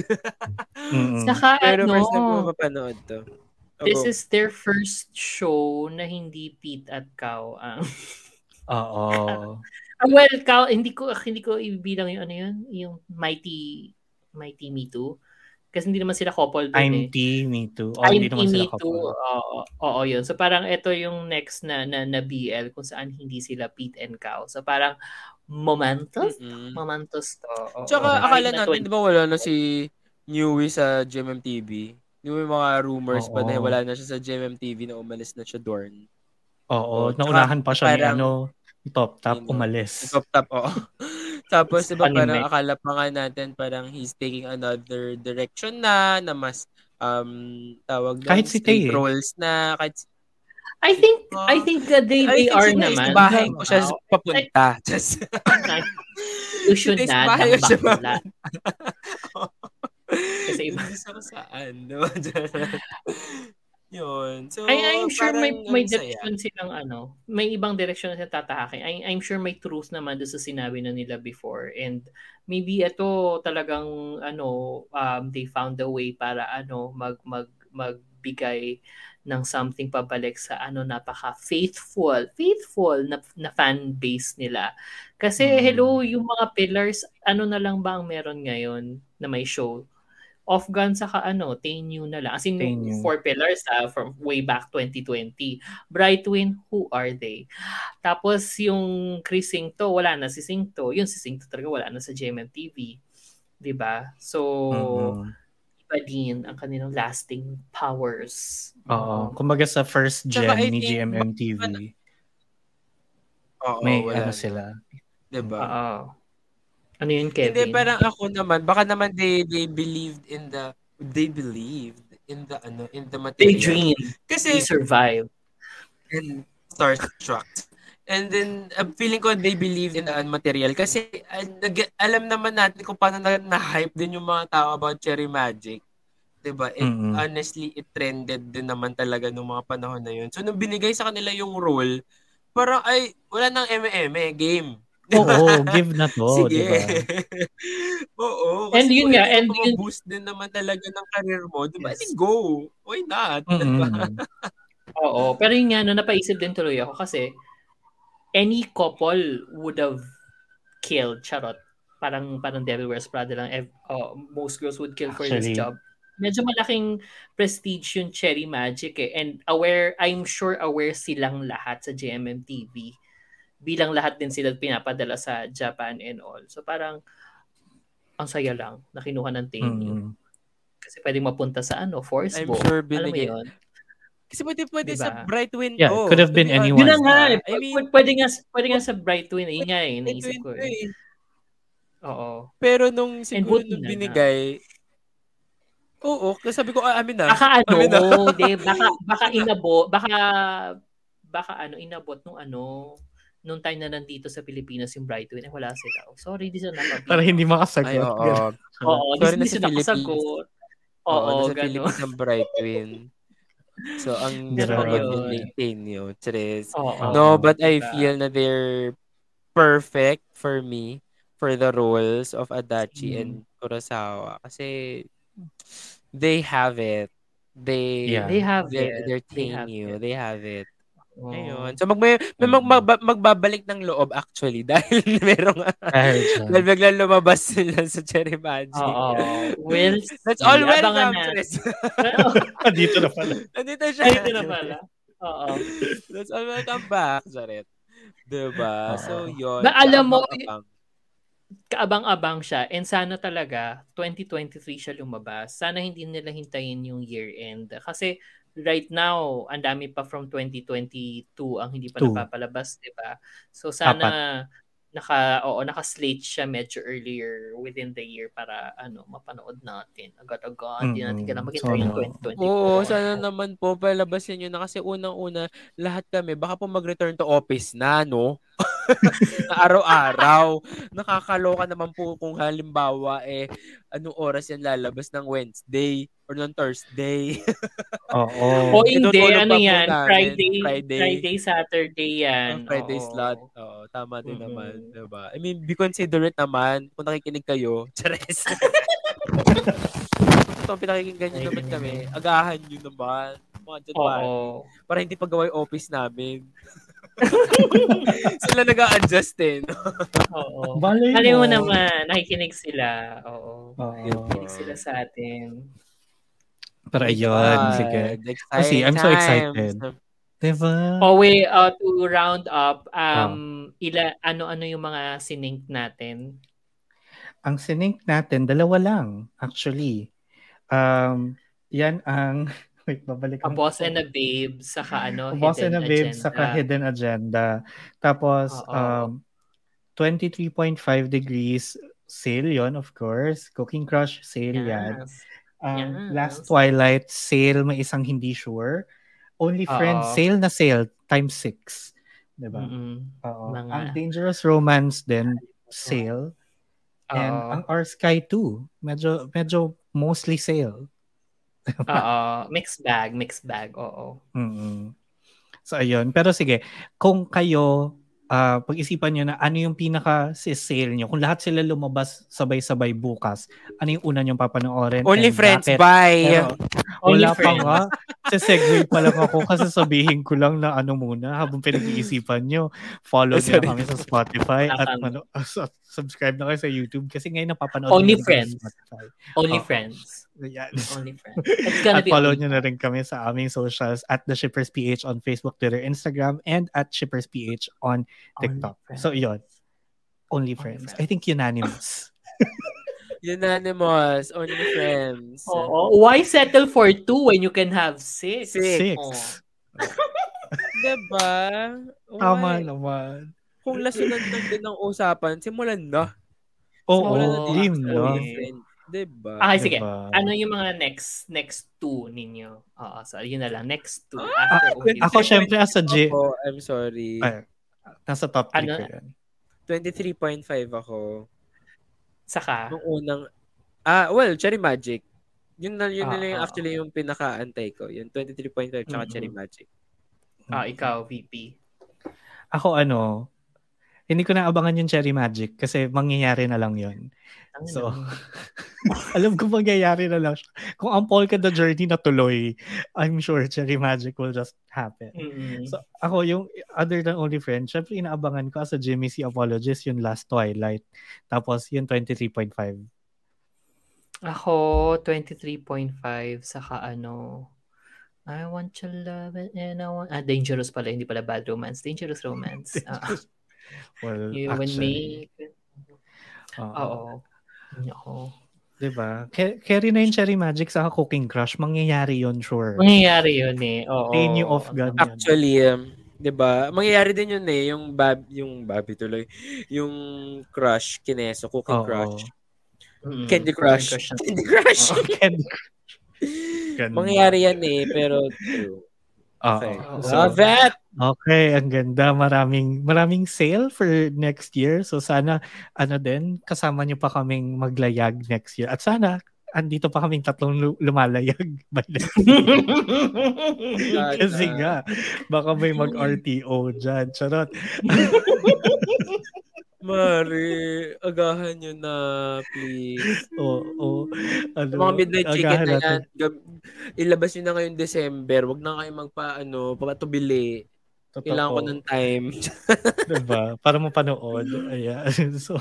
Mm-mm. saka Pero ano first time ko mapapanood to. Oh, go. This is their first show na hindi Pete at um, Cow ang Oo. Ah, well, Cow, hindi ko hindi ko ibilang yung ano yun, yung Mighty Mighty Me Too. Kasi hindi naman sila couple dun eh. I'm T, me too. Oh, I'm hindi Team naman Me sila Too. couple. Oo, oo, yun. So parang ito yung next na, na na BL kung saan hindi sila Pete and Cow. So parang momentous, Mm-mm. momentous to. Oo. Tsaka Kahit akala na natin, 20 di ba wala na si Newy sa GMMTV? Di ba may mga rumors pa na Oo. wala na siya sa GMMTV na umalis na siya Dorn. Oo, Oo, naunahan pa siya ni parang- ano, ni Top Top Yun, no? umalis. Top top, oo. Tapos, It's diba, funny, parang Mike. akala pa nga natin parang he's taking another direction na, na mas, um, tawag doon, Kahit si straight Tay, eh. roles na, kahit si I think I think that they, uh, I they think are si Tay is naman. bahay ko siya Oo. papunta. Just, You should Today's not bahay ang siya. bakla. Kasi iba. Hindi sa saan. Diba? Yun. So, I, I'm sure may, parang may ang saya. direction silang ano. May ibang direction na tatahakin. I, I'm sure may truth naman doon sa sinabi na nila before. And maybe ito talagang ano, um, they found a way para ano, mag, mag, magbigay ng something pabalik sa ano napaka faithful faithful na, na fan base nila kasi Mm. hello yung mga pillars ano na lang ba ang meron ngayon na may show off gun saka ano, Tainyu na lang. As in, Tainyu. four pillars ah, from way back 2020. Brightwin, who are they? Tapos yung Chris Singto, wala na si Singto. Yun, si Singto talaga wala na sa GMMTV. 'Di ba So, Mm-mm. iba pa din ang kanilang lasting powers. Oo. Kumbaga sa first gen Tsaka I ni think- GMMTV, Oo, may wala ano na. sila. Diba? Oo. Ano yun, Hindi, Kevin? parang ako naman, baka naman they, they believed in the, they believed in the, ano, in the They material. dream. They Kasi, survive. and starstruck. And then, uh, feeling ko they believed in uh, material. Kasi, uh, nag- alam naman natin kung paano na- na-hype din yung mga tao about Cherry Magic. 'Di ba? It, Mm. Mm-mm. Honestly, it trended din naman talaga nung mga panahon na yun. So, nung binigay sa kanila yung role, parang, ay, wala nang MMM, game. Oo, give na to, Sige. di ba? Oo. And yun kung nga, hindi and ka yun- boost din naman talaga ng career mo, di ba? Yes. Then go. Why not? Mm-mm. Oo. Pero yun nga, no, napaisip din tuloy ako kasi any couple would have killed, charot. Parang, parang Devil Wears Prada lang. Ev- oh, most girls would kill for Actually. this job. Medyo malaking prestige yung Cherry Magic eh. And aware, I'm sure aware silang lahat sa GMMTV. Bilang lahat din sila pinapadala sa Japan and all. So parang, ang saya lang na kinuha ng tenure. Mm-mm. Kasi pwedeng mapunta sa ano, Force I'm Bowl. sure Alam mo binigay- yun? Kasi pwede pwede Diba? sa bright window. Yeah, it could have been To be anyone. Yun na honest, nga ah. eh. I mean, P- pwede nga, pwede nga sa bright twin. Yun nga eh, bright naisip ko window eh. eh. Oo. Pero nung siguro buti nung na binigay, oo, kasi sabi ko, ah, amin na. Baka ano, Sabi na. de, baka, baka inabo, baka, baka ano, inabot nung ano, nung time na nandito sa Pilipinas yung bright twin. Eh, wala sila. Oh, sorry, di sila nakapagot. Para hindi makasagot. Ay, oo. Oo, Sorry, di, di nasa sila Philippines. nakasagot. Oo, Oo, nasa gano'n. Philippines ang bright twin. So, ang Ganun napagod yun. yung maintain nyo, Tres. Oo. No, but I diba? feel na they're perfect for me for the roles of Adachi Same. Mm. and Kurosawa. Kasi they have it. They, Yeah. They have they're, it. they're They have tenyo. it. They have it. Oo. Oh. Ayun. So mag, may, may mag, Mm. magba- magbabalik ng loob actually dahil merong Dahil dyan. dahil biglang lumabas sila sa Cherry Magic. Oo. Will, That's Mm-hmm. all abangan welcome, natin. Tres. Ah, Dito na pala. Nandito siya. Ay, ito na pala. Oo. That's all welcome back, Jared. Diba? Oo. So, yun. Na alam mo, Abang-abang. kaabang-abang siya and sana talaga 2023 siya lumabas. Sana hindi nila hintayin yung year end kasi right now ang dami pa from 2022 ang hindi pa Two. napapalabas, 'di ba? So sana naka oo naka-slate siya medyo earlier within the year para ano mapanood natin. Agad-agad, hindi natin kailangan Mm-mm. maghintay ng Sana. 2024. Oo, sana naman po palabasin yun na kasi unang-una, lahat kami, baka po mag-return to office na, no? na araw-araw. Nakakaloka naman po kung halimbawa, eh, anong oras yan lalabas ng Wednesday or ng Thursday. Oo. O Eh, hindi, tutulog pa ano po yan? namin. Friday, Friday. Friday, Saturday yan. Ang Friday Oo. slot. Oo, tama din Mm-mm. naman. Diba? I mean, be considerate naman kung nakikinig kayo. Charis. Ito, pinakikinggan nyo naman kami. Agahan nyo naman. Mga dyan Oo. Para hindi paggawa yung office namin. Sila nag-a-adjust eh. no? Oo. Balay Alam mo naman, nakikinig sila. Oo. Oo. Nakikinig sila sa atin. Pero ayun, Ah, sige. exciting Kasi I'm so times. excited. Diba? Oh, wait, uh, to round up, um, Ah. ila, ano-ano yung mga sinink natin? Ang sinink natin, dalawa lang, actually. Um, yan ang... Wait, babalik A ang- boss and a babe, saka ano, Boss and hidden Ah. a Babe, agenda. saka Hidden Agenda. Tapos, Oo. um, 23.5 degrees sale yon of course. Cooking Crush sale yan. Yes. Um, Yes. Last Twilight sale, may isang hindi sure. Only Friends Oo. sale na sale, times six. Diba? Mm-mm. Oo. Mm-hmm. Mga- Ang Dangerous Romance din, sale. And ano Oo. ang Our Sky 2, medyo, medyo mostly sale. Oo. Mixed bag, mixed bag. Oo. mm So, ayun. Pero sige, kung kayo, ah, pag-isipan nyo na ano yung pinaka-sale nyo, kung lahat sila lumabas sabay-sabay bukas, ano yung una nyo papanoorin? Only and friends, bakit? bye! Pero, Only wala pa friends. nga. Sa segue pa lang ako kasi sabihin ko lang na ano muna habang pinag-iisipan nyo. Oh, Follow nyo sorry. na kami sa Spotify Wala at kami. mano- at subscribe na kayo sa YouTube kasi ngayon napapanood Only nyo na kami friends. sa Spotify. Only Oo. friends. Ayan. Only friends. It's gonna At be follow only nyo na rin kami sa aming socials at The Shippers PH on Facebook, Twitter, Instagram, and at Shippers PH on Only TikTok. friends. So, yun. Only Only friends. friends. I think unanimous. Unanimous, only friends. Oo. Why settle for two when you can have six? Six. Six. Diba? Tama Why? naman. Kung lasunan lang din ng usapan, simulan na. Oo, Wala Simulan na ng lim, actual no? eh. friend. Diba? Ah, sige. Diba? Ano yung mga next next two ninyo? Oo, so yun na lang. Next two. Ah, After OU. Ako, syempre, as a J, Ako, I'm sorry. Ay. nasa top 3 Ano? ko yan. 23.5 ako. Saka. Nung unang, ah, well, Cherry Magic. Yun na, yun na lang yung Ah, ah, actually yung pinakaantay ko. Yung 23.5 tsaka Mm-mm. Cherry Magic. Mm. Ah, ikaw, VP. Ako, ano, hindi ko na abangan yung Cherry Magic kasi mangyayari na lang yun. Ang So, ano. alam ko mangyayari na lang. siya. Kung ang Polka the Journey na tuloy, I'm sure Cherry Magic will just happen. Mm-mm. So, ako yung other than only friend, syempre inaabangan ko as a Jimmy C apologist yung last Twilight. Tapos yung 23.5. Ako, 23.5. Saka ano, I want your love and I want... Ah, dangerous pala. Hindi pala bad romance. Dangerous romance. Ah, Well, you and me. actually, Oo. Oo. Oo. Diba? Ke- Carry na yung Cherry Magic sa Cooking Crush. Mangyayari yun, sure. Mangyayari yun eh. Oo. Train you off guard. Yun. Actually, um, 'di ba? Mangyayari din yun eh, yung bab yung babi tuloy, yung crush, kineso, cooking Oo. Mm, crush, Mm-mm. Candy Crush. Crush na- Candy Crush. Candy Crush. Ganda. Mangyayari yan eh, pero true. Oo. Okay. So, Love it. Okay, ang ganda. Maraming maraming sale for next year. So sana ano din kasama niyo pa kaming maglayag next year. At sana andito pa kaming tatlong lu- lumalayag by next year. Kasi nga, baka may mag-RTO dyan. Charot. Mari, agahan nyo na, please. Oo. oo. ano, Yung mga midnight chicken agahan na natin. yan, gab- ilabas nyo na ngayon December. Huwag na kayo magpaano, pagkatubili. Totoo. Kailangan ko ng time. Diba? Para mapanood. Ayan. So,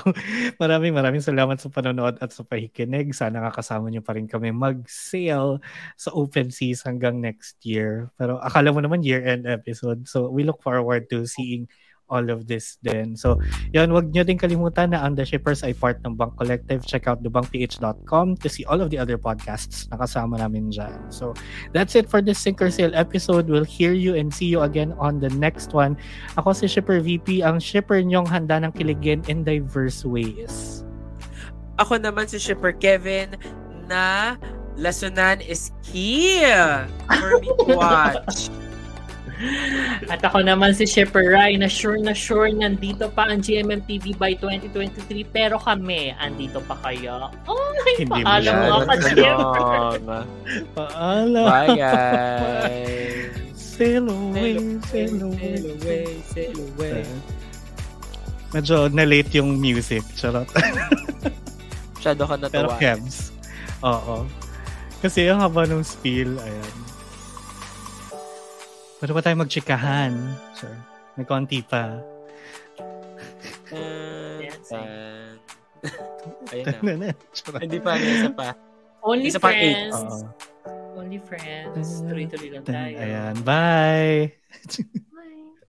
maraming maraming salamat sa panonood at sa pakikinig. Sana kakasama niyo pa rin kami mag-sale sa open seas hanggang next year. Pero akala mo naman year-end episode. So, we look forward to seeing all of this then. So, yun, wag nyo din kalimutan na ang The Shippers ay part ng Bank Collective. Check out thebankph.com to see all of the other podcasts na kasama namin dyan. So, that's it for this Sinker Sale episode. We'll hear you and see you again on the next one. Ako si Shipper VP, ang shipper niyong handa ng kiligin in diverse ways. Ako naman si Shipper Kevin na lasunan is key for me to watch. At ako naman si Shipper Rai na sure na sure nandito pa ang GMMTV by 2023 pero kami andito pa kayo. Oh, ay, Hindi mo paalam yan. mo ka, Shipper. Paalam! Bye, guys. Sail away, sail away. Sail away, sail away. Medyo na-late yung music. Charot. Masyado ka Pero natuwa. Kevs. Oo. Kasi yung haba ng spiel, ayan. Pwede pa tayo magchikahan. Sure. May konti pa. Tan, tan. Ayun na. Charot. Hindi pa, may isa pa. Only Isa pang eight. friends. Oo. Only friends. Tuloy-tuloy lang tayo. Ayan. Bye!